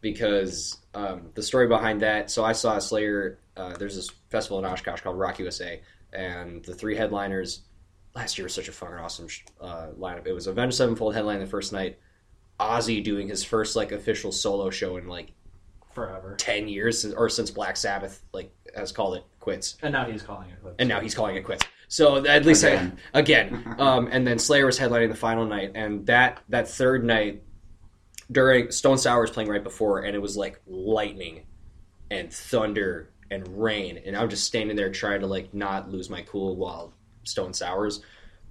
Speaker 1: Because um, the story behind that, so I saw Slayer, uh, there's this festival in Oshkosh called Rock USA, and the three headliners last year was such a fucking awesome sh- uh, lineup. It was Avenged Sevenfold headline the first night, Ozzy doing his first like official solo show in like
Speaker 2: Forever.
Speaker 1: 10 years since, or since Black Sabbath like has called it quits
Speaker 2: And now he's calling it. Clips.
Speaker 1: and now he's calling it quits. So at least again, I, again. Um, and then Slayer was headlining the final night, and that that third night during Stone Sour was playing right before, and it was like lightning and thunder and rain, and I'm just standing there trying to like not lose my cool while Stone Sour's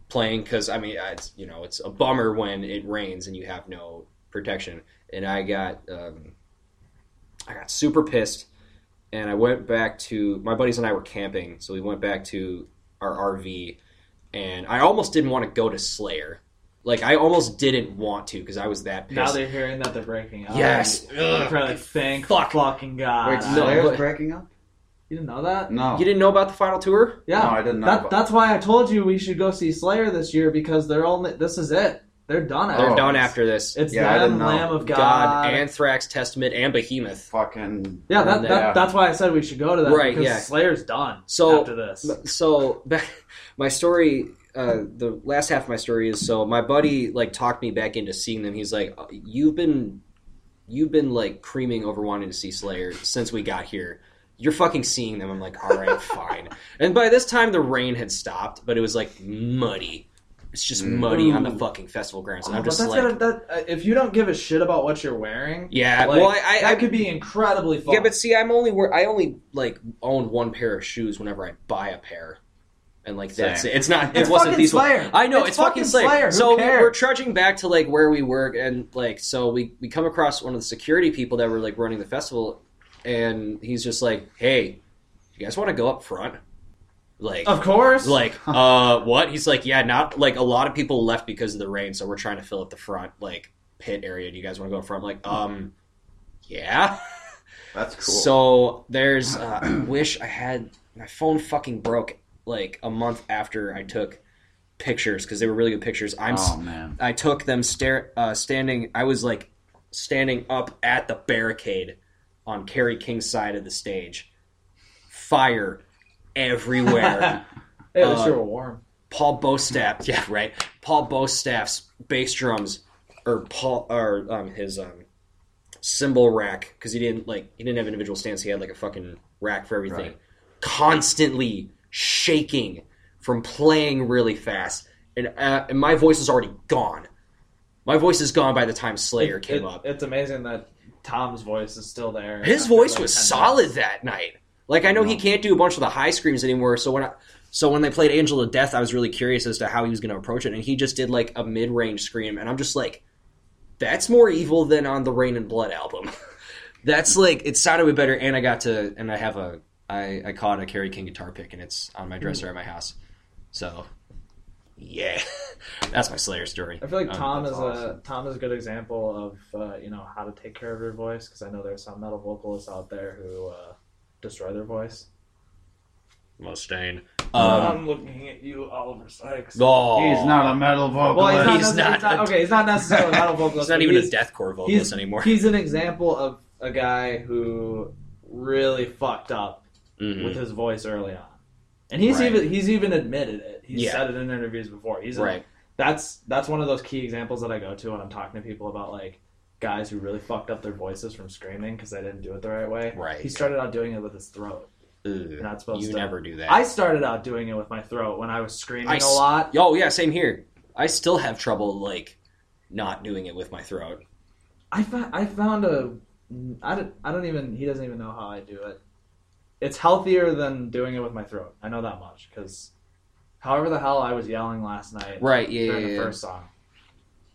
Speaker 1: playing because I mean it's you know it's a bummer when it rains and you have no protection, and I got um, I got super pissed and I went back to my buddies and I were camping, so we went back to our RV, and I almost didn't want to go to Slayer, like I almost didn't want to because I was that
Speaker 2: Now
Speaker 1: pissed.
Speaker 2: they're hearing that they're breaking up.
Speaker 1: Yes.
Speaker 2: They're probably like, thank
Speaker 1: Fuck.
Speaker 2: fucking god.
Speaker 3: Wait,
Speaker 1: no,
Speaker 3: Slayer's
Speaker 1: but-
Speaker 3: breaking up?
Speaker 2: You didn't know that?
Speaker 3: No.
Speaker 1: you didn't know about the final tour?
Speaker 2: Yeah,
Speaker 3: No, I didn't know
Speaker 2: That,
Speaker 3: about-
Speaker 2: that's why I told you we should go see Slayer this year because they're only. This is it. They're done.
Speaker 1: They're
Speaker 3: Oh,
Speaker 1: done
Speaker 3: it's-
Speaker 1: after this.
Speaker 2: It's
Speaker 3: Yeah, I
Speaker 2: them,
Speaker 3: didn't know.
Speaker 2: Lamb of God,
Speaker 1: Anthrax, Testament, and Behemoth.
Speaker 3: Fucking.
Speaker 2: yeah, that,
Speaker 1: and
Speaker 2: that,
Speaker 3: then-
Speaker 2: that's why I said we should go to that.
Speaker 1: Right,
Speaker 2: Because
Speaker 1: yeah.
Speaker 2: Slayer's done.
Speaker 1: So-
Speaker 2: after this,
Speaker 1: So back- my story, uh, the last half of my story is so my buddy like talked me back into seeing them. He's like, "You've been, you've been like creaming over wanting to see Slayer since we got here. You're fucking seeing them." I'm like, "All right, fine." And by this time, the rain had stopped, but it was like muddy. It's just muddy on the fucking festival grounds, and I'm
Speaker 2: but
Speaker 1: just
Speaker 2: Oh, that's
Speaker 1: like,
Speaker 2: gonna, that, uh, if you don't give a shit about what you're wearing,
Speaker 1: "Yeah,
Speaker 2: like,
Speaker 1: well, I, I,
Speaker 2: that
Speaker 1: I
Speaker 2: could be incredibly fun.
Speaker 1: Yeah, but see, I'm only wear I only like own one pair of shoes whenever I buy a pair, and like that's
Speaker 3: Same.
Speaker 1: it. It's not. It
Speaker 2: It's
Speaker 1: wasn't
Speaker 2: fucking
Speaker 1: these. ones.
Speaker 2: Slayer.
Speaker 1: I know it's,
Speaker 2: It's
Speaker 1: fucking
Speaker 2: fucking
Speaker 1: Slayer.
Speaker 2: Slayer. Who
Speaker 1: So we-
Speaker 2: cares?
Speaker 1: we're trudging back to like where we work, and like so we we come across one of the security people that were like running the festival, and he's just like, "Hey, you guys want to go up front?" Like,
Speaker 2: of course,
Speaker 1: like uh what he's like yeah not like a lot of people left because of the rain so we're trying to fill up the front like pit area do you guys want to go up front I'm like um yeah
Speaker 3: That's cool.
Speaker 1: so there's uh, I wish I had my phone fucking broke like a month after I took pictures because they were really good pictures. I'm s-
Speaker 3: oh, man.
Speaker 1: I took them stare uh, standing. I was like standing up at the barricade on Kerry King's side of the stage. Fire everywhere.
Speaker 2: hey, at least
Speaker 1: uh,
Speaker 2: you were warm.
Speaker 1: Paul Bostaff, yeah, right. Paul Bostaff's bass drums, or Paul, or um, his um, cymbal rack, because he didn't like he didn't have individual stands. He had like a fucking rack for everything,
Speaker 3: Right.
Speaker 1: constantly shaking from playing really fast, and uh, and my voice is already gone. My voice is gone by the time Slayer
Speaker 2: It-
Speaker 1: came
Speaker 2: it-
Speaker 1: up.
Speaker 2: It's amazing that Tom's voice is still there.
Speaker 1: His
Speaker 2: after,
Speaker 1: voice
Speaker 2: like,
Speaker 1: was
Speaker 2: 10
Speaker 1: solid
Speaker 2: minutes.
Speaker 1: that night. Like I know he can't do a bunch of the high screams anymore. So when I, so when they played Angel of Death, I was really curious as to how he was going to approach it, and he just did like a mid range scream, and I'm just like, that's more evil than on the Rain and Blood album. that's like it sounded way better, and I got to and I have a I I caught a Kerry King guitar pick, and it's on my dresser at my house. So yeah, that's my Slayer story.
Speaker 2: I feel like
Speaker 1: Um,
Speaker 2: Tom is
Speaker 3: that's
Speaker 2: a
Speaker 3: awesome.
Speaker 2: Tom is a good example of uh, you know how to take care of your voice because I know there's some metal vocalists out there who uh, destroy their voice.
Speaker 1: Mustaine. Um,
Speaker 2: I'm looking at you, Oliver Sykes.
Speaker 1: oh,
Speaker 3: He's not a metal vocalist.
Speaker 2: Well,
Speaker 1: He's
Speaker 2: he's not, necess-
Speaker 1: not
Speaker 2: he's not-
Speaker 1: a-
Speaker 2: okay. He's not necessarily a metal vocalist.
Speaker 1: he's not
Speaker 2: but
Speaker 1: even a
Speaker 2: he's-
Speaker 1: deathcore vocalist
Speaker 2: he's-
Speaker 1: anymore.
Speaker 2: He's an example of a guy who really fucked up
Speaker 1: Mhm.
Speaker 2: with his voice early on, and he's
Speaker 1: Right.
Speaker 2: even he's even admitted it. He's
Speaker 1: Yeah.
Speaker 2: said it in interviews before. He's a-
Speaker 1: Right.
Speaker 2: that's that's one of those key examples that I go to when I'm talking to people about like guys who really fucked up their voices from screaming because they didn't do it the right way.
Speaker 1: Right.
Speaker 2: He started out doing it with his throat.
Speaker 1: Ugh,
Speaker 2: not supposed
Speaker 1: you
Speaker 2: to.
Speaker 1: never do that.
Speaker 2: I started out doing it with my throat when I was screaming
Speaker 1: I
Speaker 2: a
Speaker 1: s-
Speaker 2: lot.
Speaker 1: oh yeah, same here. I still have trouble like not doing it with my throat.
Speaker 2: I found I found a I don't, I don't even he doesn't even know how I do it. It's healthier than doing it with my throat. I know that much because however the hell I was yelling last night
Speaker 1: Right? Yeah.
Speaker 2: during the first song.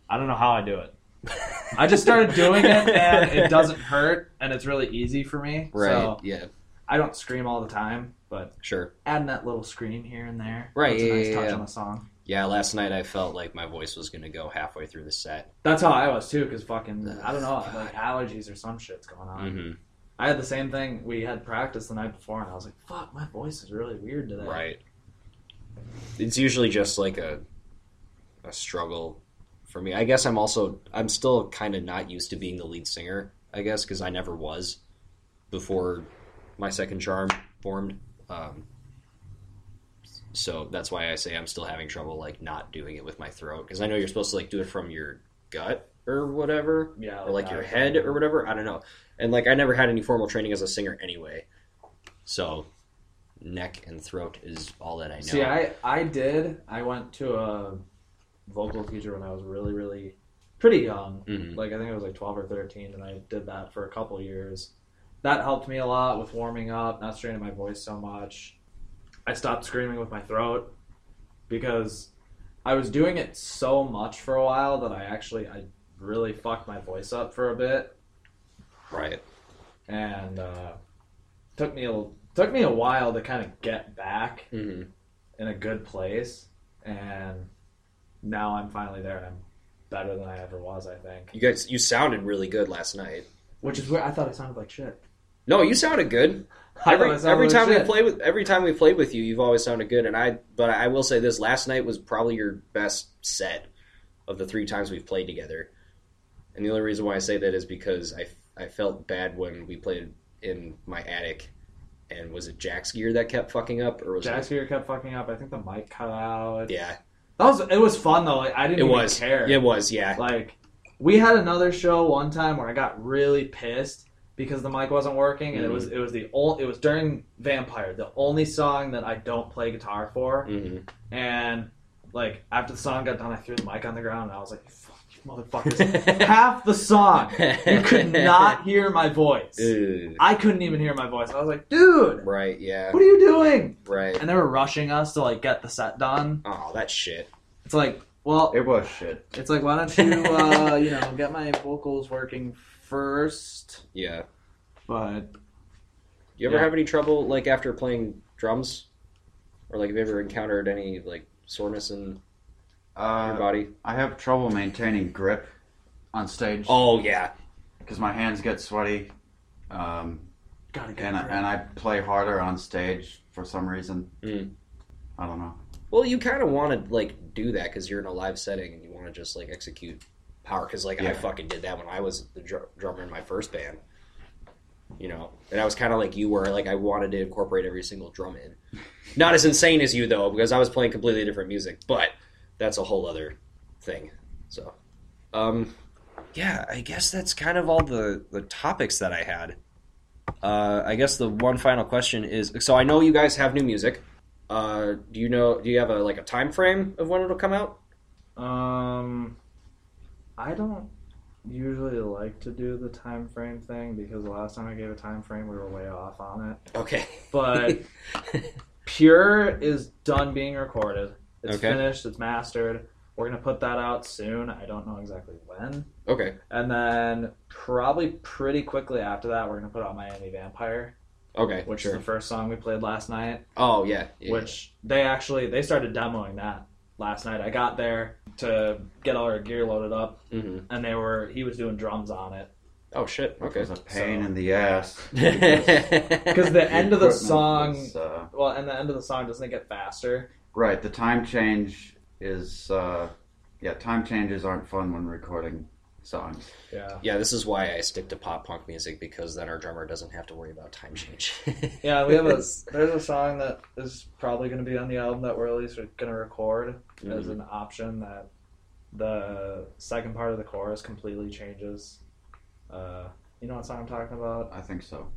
Speaker 2: I don't know how I do it. I just started doing it, and it doesn't hurt, and it's really easy for me.
Speaker 1: Right.
Speaker 2: So
Speaker 1: yeah.
Speaker 2: I don't scream all the time, but
Speaker 1: Sure.
Speaker 2: adding that little scream here and there.
Speaker 1: Right,
Speaker 2: That's a
Speaker 1: yeah,
Speaker 2: nice
Speaker 1: yeah,
Speaker 2: touch
Speaker 1: yeah.
Speaker 2: on the song.
Speaker 1: Yeah, last night I felt like my voice was going to go halfway through the set.
Speaker 2: That's how I was too, because fucking I don't know, like allergies or some shit's going on.
Speaker 1: hmm
Speaker 2: I had the same thing. We had practice the night before, and I was like, "Fuck, my voice is really weird today."
Speaker 1: Right. It's usually just like a a struggle for me. I guess I'm also I'm still kind of not used to being the lead singer. I guess because I never was before my second charm formed. Um, so that's why I say I'm still having trouble like not doing it with my throat because I know you're supposed to like do it from your gut or whatever,
Speaker 2: Yeah,
Speaker 1: or like
Speaker 2: that.
Speaker 1: your head or whatever. I don't know. And like I never had any formal training as a singer anyway, so neck and throat is all that I know.
Speaker 2: See, I I did. I went to a vocal teacher when I was really, really pretty young.
Speaker 1: Mhm.
Speaker 2: Like I think I was like twelve or thirteen, and I did that for a couple years. That helped me a lot with warming up, not straining my voice so much. I stopped screaming with my throat because I was doing it so much for a while that I actually I really fucked my voice up for a bit.
Speaker 1: right.
Speaker 2: and uh, took me a took me a while to kind of get back
Speaker 1: hmm
Speaker 2: in a good place, and now I'm finally there. and I'm better than I ever was, I think.
Speaker 1: You guys, you sounded really good last night.
Speaker 2: Which is weird. I thought I sounded like shit.
Speaker 1: No, you sounded good.
Speaker 2: I
Speaker 1: Every,
Speaker 2: thought I sounded
Speaker 1: every
Speaker 2: like
Speaker 1: time we
Speaker 2: shit.
Speaker 1: play with every time we played with you, you've always sounded good. And I, but I will say this: last night was probably your best set of the three times we've played together. And the only reason why I say that is because I I felt bad when we played in my attic, and was it Jack's gear that kept fucking up, or was
Speaker 2: Jack's gear kept fucking up. I think the mic cut out.
Speaker 1: it? Yeah,
Speaker 2: That was it. Was fun though. Like, I didn't
Speaker 1: it
Speaker 2: even
Speaker 1: was.
Speaker 2: care.
Speaker 1: It was. Yeah.
Speaker 2: Like, we had another show one time where I got really pissed because the mic wasn't working, and it
Speaker 1: Mm-hmm.
Speaker 2: was it was the only it was during Vampire, the only song that I don't play guitar for,
Speaker 1: hmm
Speaker 2: and like after the song got done, I threw the mic on the ground, and I was like, "Fuck you, motherfuckers!" Half the song, you could not hear my voice. I couldn't even hear my voice. I was like, "Dude,
Speaker 1: Right. Yeah.
Speaker 2: what are you doing?"
Speaker 1: Right.
Speaker 2: And they were rushing us to like get the set done.
Speaker 1: Oh, that shit.
Speaker 2: It's like, well,
Speaker 3: It was shit.
Speaker 2: it's like, why don't you, uh, you know, get my vocals working first?
Speaker 1: Yeah.
Speaker 2: But
Speaker 1: You ever
Speaker 2: Yeah.
Speaker 1: have any trouble like after playing drums, or like have you ever encountered any like soreness in your
Speaker 3: Uh,
Speaker 1: body?
Speaker 3: I have trouble maintaining grip on stage
Speaker 1: Oh yeah,
Speaker 3: because my hands get sweaty, um,
Speaker 2: gotta get
Speaker 3: and I,
Speaker 2: it.
Speaker 3: and I play harder on stage for some reason.
Speaker 1: Mm.
Speaker 3: I don't know.
Speaker 1: Well, you kind of want to like do that because you're in a live setting and you want to just like execute power. Because like I
Speaker 3: Yeah.
Speaker 1: fucking did that when I was the dr- drummer in my first band, you know. And I was kind of like you were, like I wanted to incorporate every single drum in. Not as insane as you though, because I was playing completely different music. But that's a whole other thing. So, um, yeah, I guess that's kind of all the the topics that I had. Uh, I guess the one final question is: so I know you guys have new music. Uh, do you know? Do you have a like a time frame of when it'll come out?
Speaker 2: Um, I don't usually like to do the time frame thing because the last time I gave a time frame, we were way off on it.
Speaker 1: Okay.
Speaker 2: But Pure is done being recorded. It's
Speaker 1: Okay.
Speaker 2: finished. It's mastered. We're gonna put that out soon. I don't know exactly when.
Speaker 1: okay.
Speaker 2: And then probably pretty quickly after that, we're gonna put out Miami Vampire,
Speaker 1: Okay.
Speaker 2: which
Speaker 1: sure.
Speaker 2: is the first song we played last night.
Speaker 1: oh yeah. yeah.
Speaker 2: which they actually they started demoing that last night. I got there to get all our gear loaded up,
Speaker 1: Mhm.
Speaker 2: and they were he was doing drums on it
Speaker 1: Oh shit. Okay.
Speaker 3: It was a pain
Speaker 2: So-
Speaker 3: in the ass.
Speaker 2: because the end of the
Speaker 3: equipment
Speaker 2: song.
Speaker 3: was, uh,
Speaker 2: Well, and the end of the song doesn't it get faster?
Speaker 3: right, the time change is. Uh, yeah, time changes aren't fun when recording songs.
Speaker 2: Yeah,
Speaker 1: yeah, this is why I stick to pop punk music because then our drummer doesn't have to worry about time change.
Speaker 2: yeah. We have a there's a song that is probably going to be on the album that we're at least going to record as
Speaker 3: Mm-hmm.
Speaker 2: an option that the second part of the chorus completely changes. Uh, you know what song I'm talking about?
Speaker 3: I think so.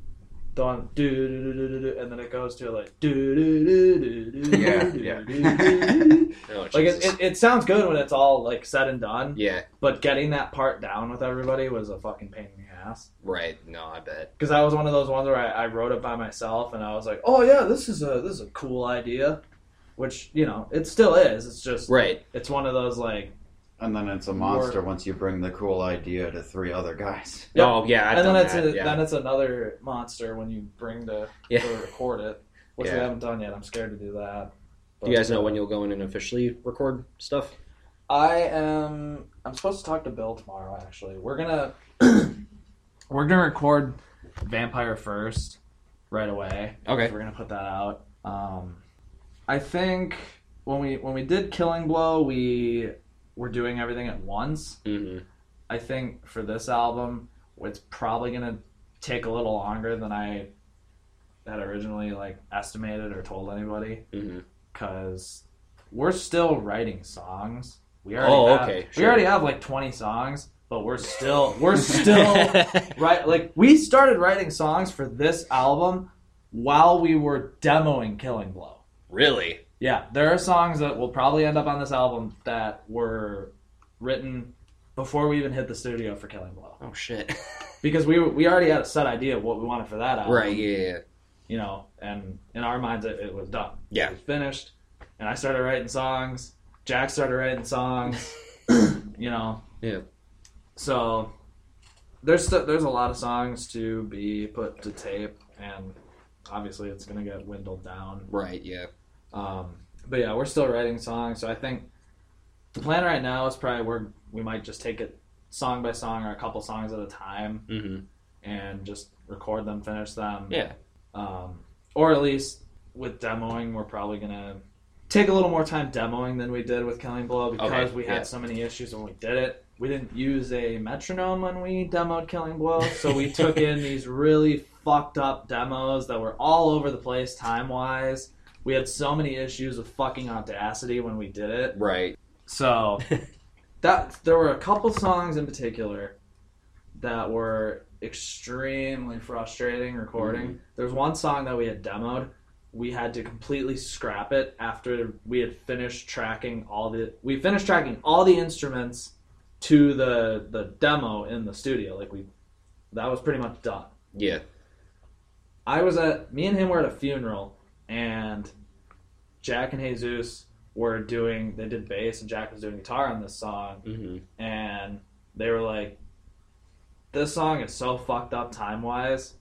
Speaker 2: Don do do do do do do, and then it goes to like do do do do do.
Speaker 3: Yeah,
Speaker 2: do,
Speaker 3: yeah.
Speaker 2: do, do.
Speaker 1: Oh,
Speaker 2: Like it,
Speaker 1: Jesus.
Speaker 2: it, it sounds good when it's all like said and done,
Speaker 1: yeah.
Speaker 2: but getting that part down with everybody was a fucking pain in the ass.
Speaker 1: Right. No, I bet.
Speaker 2: Because I was one of those ones where I, I wrote it by myself, and I was like, oh yeah, this is a this is a cool idea, which you know it still is. It's just
Speaker 1: Right.
Speaker 2: it's one of those like
Speaker 3: and then it's a monster once you bring the cool idea to three other guys.
Speaker 2: Yep.
Speaker 1: Oh yeah, I've
Speaker 2: and then
Speaker 1: done
Speaker 2: it's
Speaker 1: that,
Speaker 2: a,
Speaker 1: yeah.
Speaker 2: then it's another monster when you bring the
Speaker 1: Yeah.
Speaker 2: or record it, which we
Speaker 1: Yeah.
Speaker 2: haven't done yet. I'm scared to do that.
Speaker 1: Do you guys know when you'll go in and officially record stuff?
Speaker 2: I am. I'm supposed to talk to Bill tomorrow. Actually, we're gonna we're gonna record Vampire first right away.
Speaker 1: Okay.
Speaker 2: we're gonna put that out. Um, I think when we when we did Killing Blow, we were doing everything at once.
Speaker 1: hmm
Speaker 2: I think for this album, it's probably gonna take a little longer than I had originally like estimated or told anybody
Speaker 1: hmm
Speaker 2: because we're still writing songs. We already
Speaker 1: Oh,
Speaker 2: have,
Speaker 1: okay,
Speaker 2: we
Speaker 1: sure.
Speaker 2: already have like twenty songs, but we're still we're still right like we started writing songs for this album while we were demoing Killing Blow.
Speaker 1: Really?
Speaker 2: Yeah, there are songs that will probably end up on this album that were written before we even hit the studio for Killing Blow
Speaker 1: Oh shit.
Speaker 2: because we were, we already had a set idea of what we wanted for that album,
Speaker 1: right. Yeah. yeah, yeah.
Speaker 2: You know, and in our minds, it, it was done.
Speaker 1: Yeah.
Speaker 2: it was finished, and I started writing songs. Jack started writing songs. you know,
Speaker 1: Yeah.
Speaker 2: so there's st- there's a lot of songs to be put to tape, and obviously, it's gonna get dwindled down.
Speaker 1: Right. Yeah.
Speaker 2: Um, but yeah, we're still writing songs, so I think the plan right now is probably we're we might just take it song by song or a couple songs at a time
Speaker 1: hmm
Speaker 2: and just record them, finish them.
Speaker 1: Yeah.
Speaker 2: Um, or at least with demoing, we're probably gonna take a little more time demoing than we did with Killing Blow because
Speaker 1: Okay,
Speaker 2: we had
Speaker 1: yeah.
Speaker 2: so many issues when we did it. We didn't use a metronome when we demoed Killing Blow, so we took in these really fucked up demos that were all over the place time wise. We had so many issues with fucking audacity when we did it.
Speaker 1: Right.
Speaker 2: So that there were a couple songs in particular that were extremely frustrating recording. There's one song that we had demoed. We had to completely scrap it after we had finished tracking all the we finished tracking all the instruments to the the demo in the studio. Like we that was pretty much done.
Speaker 1: Yeah.
Speaker 2: I was at me and him were at a funeral, and Jack and Jesus were doing they did bass and Jack was doing guitar on this song,
Speaker 1: hmm
Speaker 2: and they were like, "This song is so fucked up time wise.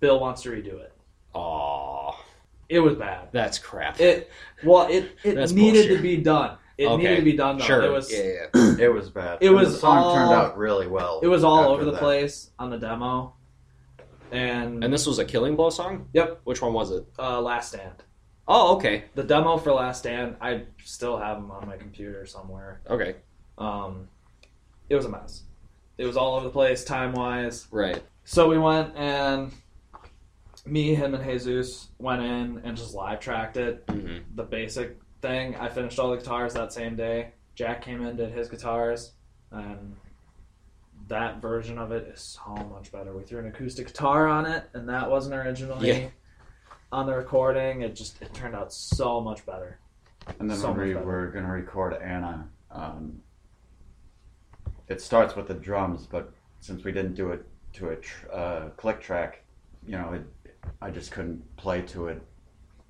Speaker 2: Bill wants to redo it.
Speaker 1: Aw,
Speaker 2: It was bad.
Speaker 1: that's crap.
Speaker 2: It well it
Speaker 1: That's
Speaker 2: it needed
Speaker 1: bullshit.
Speaker 2: to be done. It
Speaker 1: Okay,
Speaker 2: needed to be done though.
Speaker 1: Sure.
Speaker 2: It was
Speaker 1: Yeah. yeah, yeah.
Speaker 3: It was bad.
Speaker 2: It
Speaker 3: And the
Speaker 2: was
Speaker 3: song turned
Speaker 2: all-
Speaker 3: out really well.
Speaker 2: it was all
Speaker 3: after
Speaker 2: over the
Speaker 3: that.
Speaker 2: place on the demo, and,
Speaker 1: And this was a Killing Blow song.
Speaker 2: yep,
Speaker 1: Which one was it?
Speaker 2: uh, Last Stand.
Speaker 1: Oh, okay.
Speaker 2: the demo for Last Stand, I still have them on my computer somewhere.
Speaker 1: Okay.
Speaker 2: Um, it was a mess. It was all over the place, time wise.
Speaker 1: Right.
Speaker 2: So we went and me, him, and Jesus went in and just live tracked it.
Speaker 1: hmm
Speaker 2: The basic thing. I finished all the guitars that same day. Jack came in, did his guitars, and that version of it is so much better. We threw an acoustic guitar on it, and that wasn't originally
Speaker 1: Yeah.
Speaker 2: on the recording. It just it turned out so much better.
Speaker 3: And then
Speaker 2: So
Speaker 3: when
Speaker 2: much
Speaker 3: we
Speaker 2: better.
Speaker 3: were going to record Anna, um, it starts with the drums, but since we didn't do it to a tr- uh, click track, you know, it, I just couldn't play to it.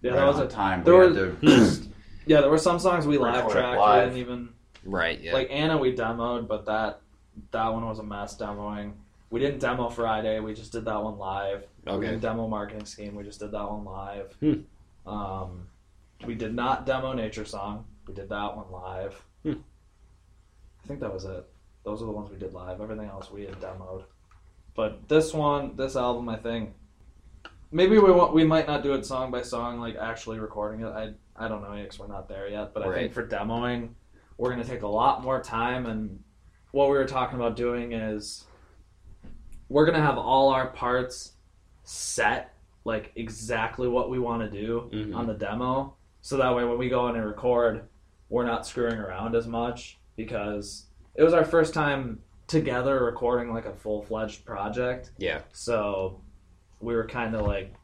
Speaker 2: Yeah,
Speaker 3: right
Speaker 2: that was
Speaker 3: on
Speaker 2: a
Speaker 3: time.
Speaker 2: there
Speaker 3: we
Speaker 2: were-
Speaker 3: had to just
Speaker 2: Yeah, there were some songs we
Speaker 3: Record
Speaker 2: live
Speaker 3: it
Speaker 2: tracked.
Speaker 3: live.
Speaker 2: We didn't even
Speaker 1: Right. Yeah.
Speaker 2: like Anna. We demoed, but that that one was a mess demoing. We didn't demo Friday. We just did that one live. We
Speaker 1: okay. Hmm.
Speaker 2: didn't demo Marketing Scheme. We just did that one live. Um, we did not demo Nature Song. We did that one live.
Speaker 1: Hmm.
Speaker 2: I think that was it. Those are the ones we did live. Everything else we had demoed. But this one, this album, I think maybe we won't, we might not do it song by song, like actually recording it. I I don't know because we're not there yet. But I
Speaker 1: Right.
Speaker 2: think for demoing, we're gonna take a lot more time. And what we were talking about doing is we're gonna have all our parts set, like exactly what we want to do
Speaker 1: Mhm.
Speaker 2: on the demo. So that way, when we go in and record, we're not screwing around as much because it was our first time together recording like a full fledged project.
Speaker 1: Yeah.
Speaker 2: So we were kind of like,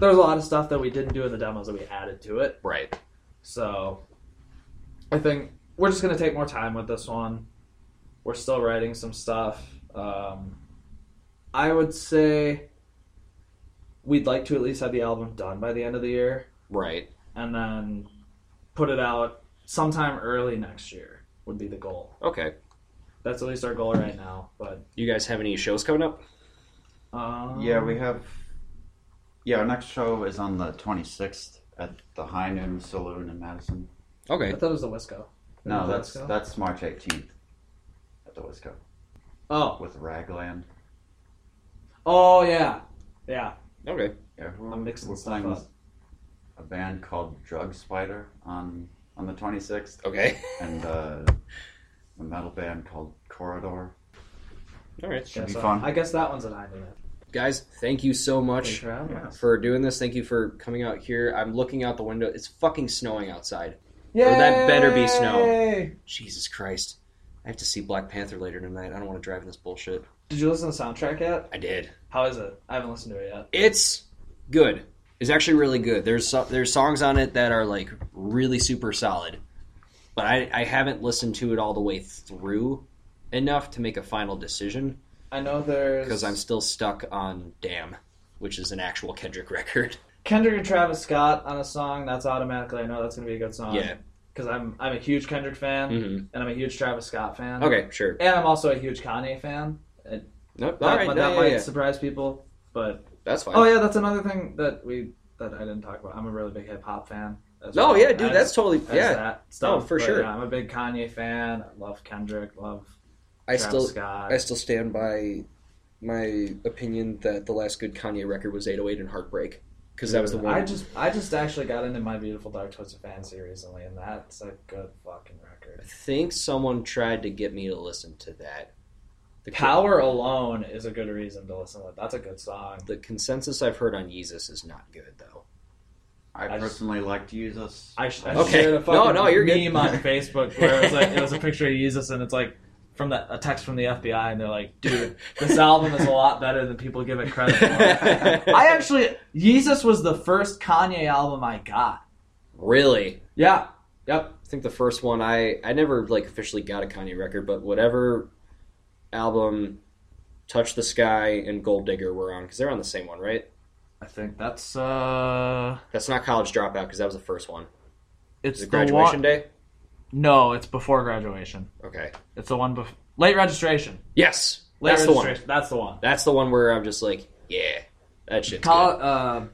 Speaker 2: there was a lot of stuff that we didn't do in the demos that we added to it.
Speaker 1: Right.
Speaker 2: So I think we're just going to take more time with this one. We're still writing some stuff. Um, I would say we'd like to at least have the album done by the end of the year
Speaker 1: Right.
Speaker 2: and then put it out sometime early next year. would be the goal.
Speaker 1: Okay.
Speaker 2: That's at least our goal right now. But
Speaker 1: You guys have any shows coming up?
Speaker 2: um,
Speaker 3: Yeah, we have. Yeah, our next show is on the 26th at the High Noon Saloon in Madison.
Speaker 2: I
Speaker 1: Okay.
Speaker 2: thought it was the Wisco.
Speaker 3: No,
Speaker 2: Is it
Speaker 3: that's
Speaker 2: Wisco?
Speaker 3: that's March 18th at the Wisco
Speaker 2: Oh,
Speaker 3: with Ragland.
Speaker 2: oh yeah, yeah.
Speaker 1: Okay.
Speaker 3: Yeah, we're,
Speaker 2: I'm mixing
Speaker 3: we're
Speaker 2: stuff
Speaker 3: playing
Speaker 2: up.
Speaker 3: with a band called Drug Spider on on the 26th,
Speaker 1: Okay.
Speaker 3: and uh, a metal band called Corridor.
Speaker 1: All right.
Speaker 3: Should
Speaker 2: Yeah,
Speaker 3: be
Speaker 2: so
Speaker 3: fun.
Speaker 2: I guess that one's an idea.
Speaker 1: Guys, thank you so
Speaker 2: Thanks
Speaker 1: much
Speaker 2: for having us.
Speaker 1: for doing this. Thank you for coming out here. I'm looking out the window. It's fucking snowing outside.
Speaker 2: Yeah,
Speaker 1: that better be snow. Jesus Christ. I have to see Black Panther later tonight. I don't want to drive in this bullshit.
Speaker 2: Did you listen to the soundtrack yet?
Speaker 1: I did.
Speaker 2: How is it? I haven't listened to it yet.
Speaker 1: It's good. It's actually really good. There's so, there's songs on it that are like really super solid, but I, I haven't listened to it all the way through enough to make a final decision
Speaker 2: I know there's
Speaker 1: because I'm still stuck on Damn, which is an actual Kendrick record.
Speaker 2: Kendrick and Travis Scott on a song. That's automatically I know that's gonna be a good song.
Speaker 1: Yeah.
Speaker 2: because I'm I'm a huge Kendrick fan
Speaker 1: Mhm.
Speaker 2: and I'm a huge Travis Scott fan.
Speaker 1: Okay, sure.
Speaker 2: and I'm also a huge Kanye fan.
Speaker 1: Nope,
Speaker 2: That,
Speaker 1: all right,
Speaker 2: that
Speaker 1: no, yeah,
Speaker 2: might
Speaker 1: yeah,
Speaker 2: surprise people, but
Speaker 1: that's fine.
Speaker 2: oh yeah, that's another thing that we that I didn't talk about. I'm a really big hip hop fan. as
Speaker 1: No,
Speaker 2: well.
Speaker 1: yeah, dude,
Speaker 2: As-
Speaker 1: that's totally
Speaker 2: as
Speaker 1: yeah.
Speaker 2: that stuff.
Speaker 1: Oh, for
Speaker 2: But,
Speaker 1: sure.
Speaker 2: yeah, I'm a big Kanye fan. I love Kendrick. Love
Speaker 1: I
Speaker 2: Travis
Speaker 1: still
Speaker 2: Scott.
Speaker 1: I still stand by my opinion that the last good Kanye record was 808 and Heartbreak because that was the
Speaker 2: Dude,
Speaker 1: one.
Speaker 2: Mm-hmm. I just I just actually got into my beautiful dark twisted fantasy recently, and that's a good fucking record.
Speaker 1: I think someone tried to get me to listen to that. The co-
Speaker 2: Power alone is a good reason to listen to it. That's a good song.
Speaker 1: the consensus I've heard on Yeezus is not good though.
Speaker 3: I,
Speaker 2: I just-
Speaker 3: personally like to use us.
Speaker 2: I, sh- I
Speaker 1: Okay.
Speaker 2: shared a
Speaker 1: No,
Speaker 2: fucking
Speaker 1: no, you're good.
Speaker 2: meme on Facebook where it was like it was a picture of Jesus, and it's like from the, a text from the FBI, and they're like, "Dude, this album is a lot better than people give it credit for." I actually, Jesus was the first Kanye album I got.
Speaker 1: really.
Speaker 2: Yeah. Yep.
Speaker 1: I think the first one I I never like officially got a Kanye record, but whatever album Touch the Sky and Gold Digger were on because they're on the same one, right?
Speaker 2: I think that's uh,
Speaker 1: That's not College Dropout because that was the first one.
Speaker 2: it's
Speaker 1: Is it graduation day?
Speaker 2: No, it's before graduation.
Speaker 1: Okay.
Speaker 2: It's the one before late registration.
Speaker 1: Yes,
Speaker 2: Late
Speaker 1: that's the one.
Speaker 2: registration. That's the one.
Speaker 1: That's the one where I'm just like, yeah, that shit's
Speaker 2: Call
Speaker 1: good.
Speaker 2: uh,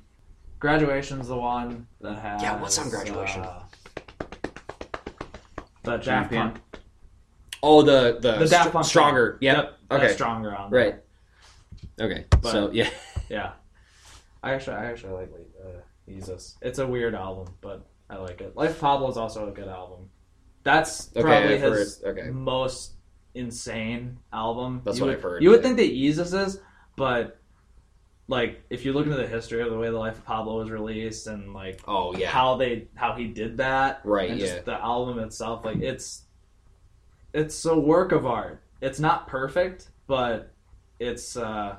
Speaker 2: graduation's the one that has.
Speaker 1: Yeah, what's on graduation?
Speaker 2: Uh, the Daft
Speaker 3: Champion.
Speaker 2: Punk.
Speaker 1: Oh, the the,
Speaker 2: The
Speaker 1: str-
Speaker 2: Daft Punk.
Speaker 1: stronger.
Speaker 2: song.
Speaker 1: Yeah.
Speaker 2: that's
Speaker 1: Okay.
Speaker 2: Stronger on. there.
Speaker 1: Right. Okay.
Speaker 2: But-
Speaker 1: so yeah.
Speaker 2: Yeah. I actually, I actually like uh, Jesus. It's a weird album, but I like it. Life of Pablo is also a good album. That's
Speaker 1: Okay,
Speaker 2: probably
Speaker 1: I've
Speaker 2: his
Speaker 1: heard- okay.
Speaker 2: most insane album.
Speaker 1: That's
Speaker 2: you
Speaker 1: what
Speaker 2: would,
Speaker 1: I've heard,
Speaker 2: You would
Speaker 1: yeah.
Speaker 2: think that Jesus is, but like if you look into the history of the way the Life of Pablo was released and like
Speaker 1: Oh yeah.
Speaker 2: how they how he did that,
Speaker 1: Right,
Speaker 2: And
Speaker 1: yeah.
Speaker 2: just the album itself, like it's it's a work of art. It's not perfect, but it's uh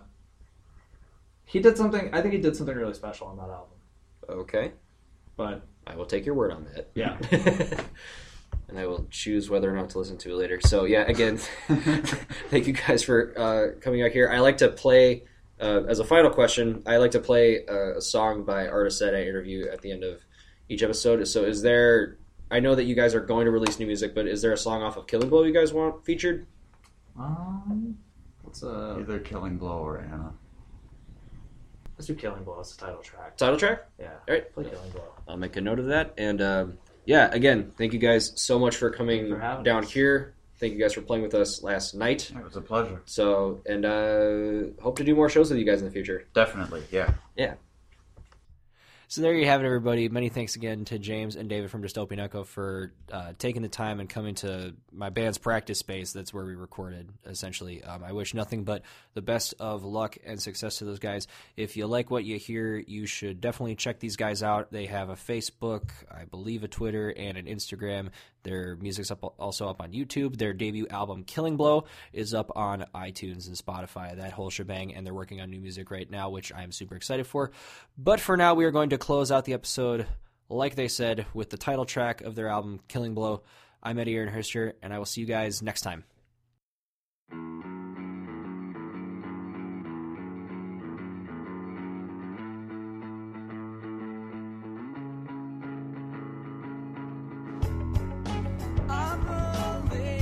Speaker 2: he did something. I think he did something really special on that album.
Speaker 1: okay.
Speaker 2: But
Speaker 1: I will take your word on that.
Speaker 2: Yeah.
Speaker 1: and I will choose whether or not to listen to it later. So yeah, again, thank you guys for uh, coming out here. I like to play uh, as a final question. I like to play uh, a song by artists that I interview at the end of each episode. So is there? I know that you guys are going to release new music, but is there a song off of Killing Blow you guys want featured?
Speaker 2: um, let's uh
Speaker 3: Either Killing Blow or Anna.
Speaker 2: let's do Killing Blow. That's the title track.
Speaker 1: Title track.
Speaker 2: Yeah,
Speaker 1: All right.
Speaker 2: play Killing Blow.
Speaker 1: I'll make a note of that. And um, yeah, again, thank you guys so much for coming
Speaker 2: Thank you for having
Speaker 1: down
Speaker 2: us.
Speaker 1: here. Thank you guys for playing with us last night.
Speaker 3: It was a pleasure.
Speaker 1: So, and uh, hope to do more shows with you guys in the future.
Speaker 3: Definitely, yeah.
Speaker 1: Yeah.
Speaker 4: So there you have it, everybody. Many thanks again to James and David from Dystopian Echo for uh, taking the time and coming to my band's practice space. That's where we recorded, essentially. Um, I wish nothing but the best of luck and success to those guys. If you like what you hear, you should definitely check these guys out. They have a Facebook, I believe a Twitter, and an Instagram. Their music's up, also up on YouTube. Their debut album, Killing Blow, is up on iTunes and Spotify, that whole shebang. And they're working on new music right now, which I'm super excited for. But for now, we are going to close out the episode, like they said, with the title track of their album, Killing Blow. I'm Eddie Aaron Herster, and I will see you guys next time.
Speaker 5: I'm lonely.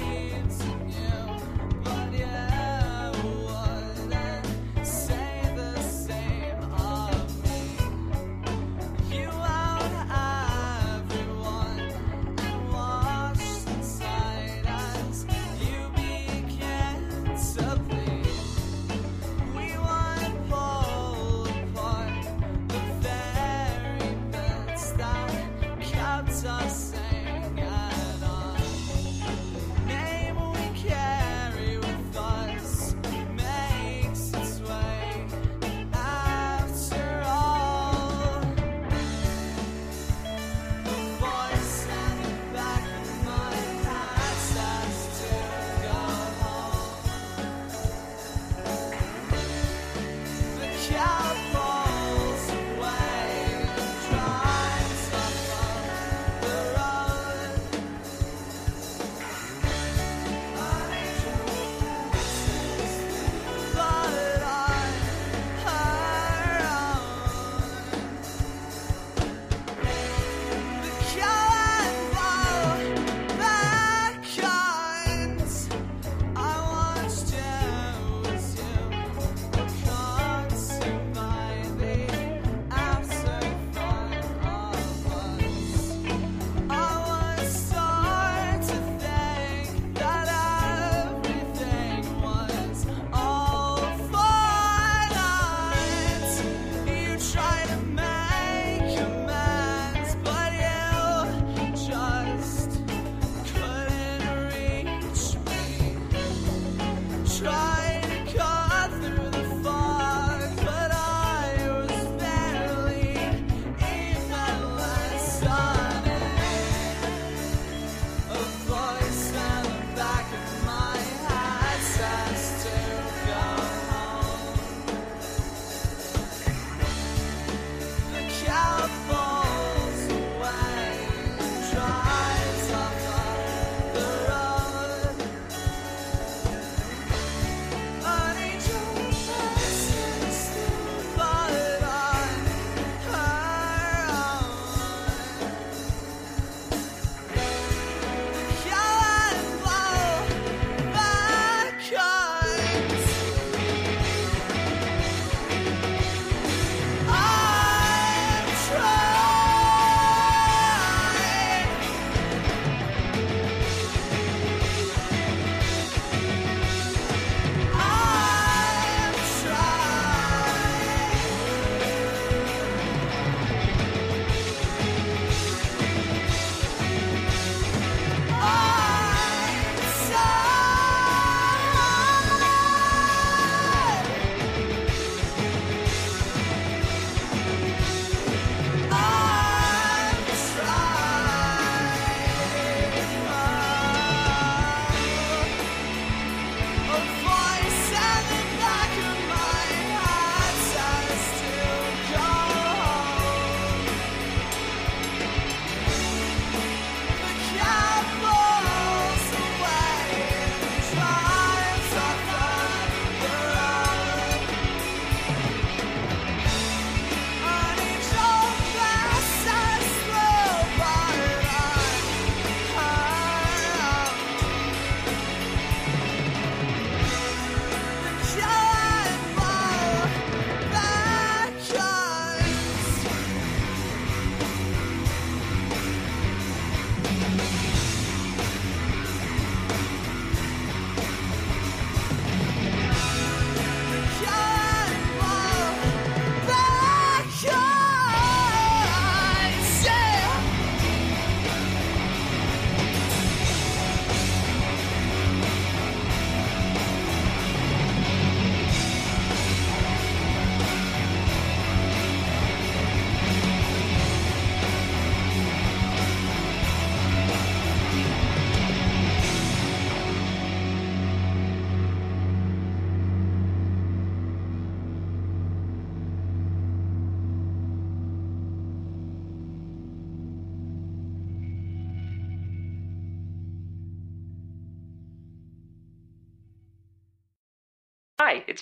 Speaker 5: Hi, it's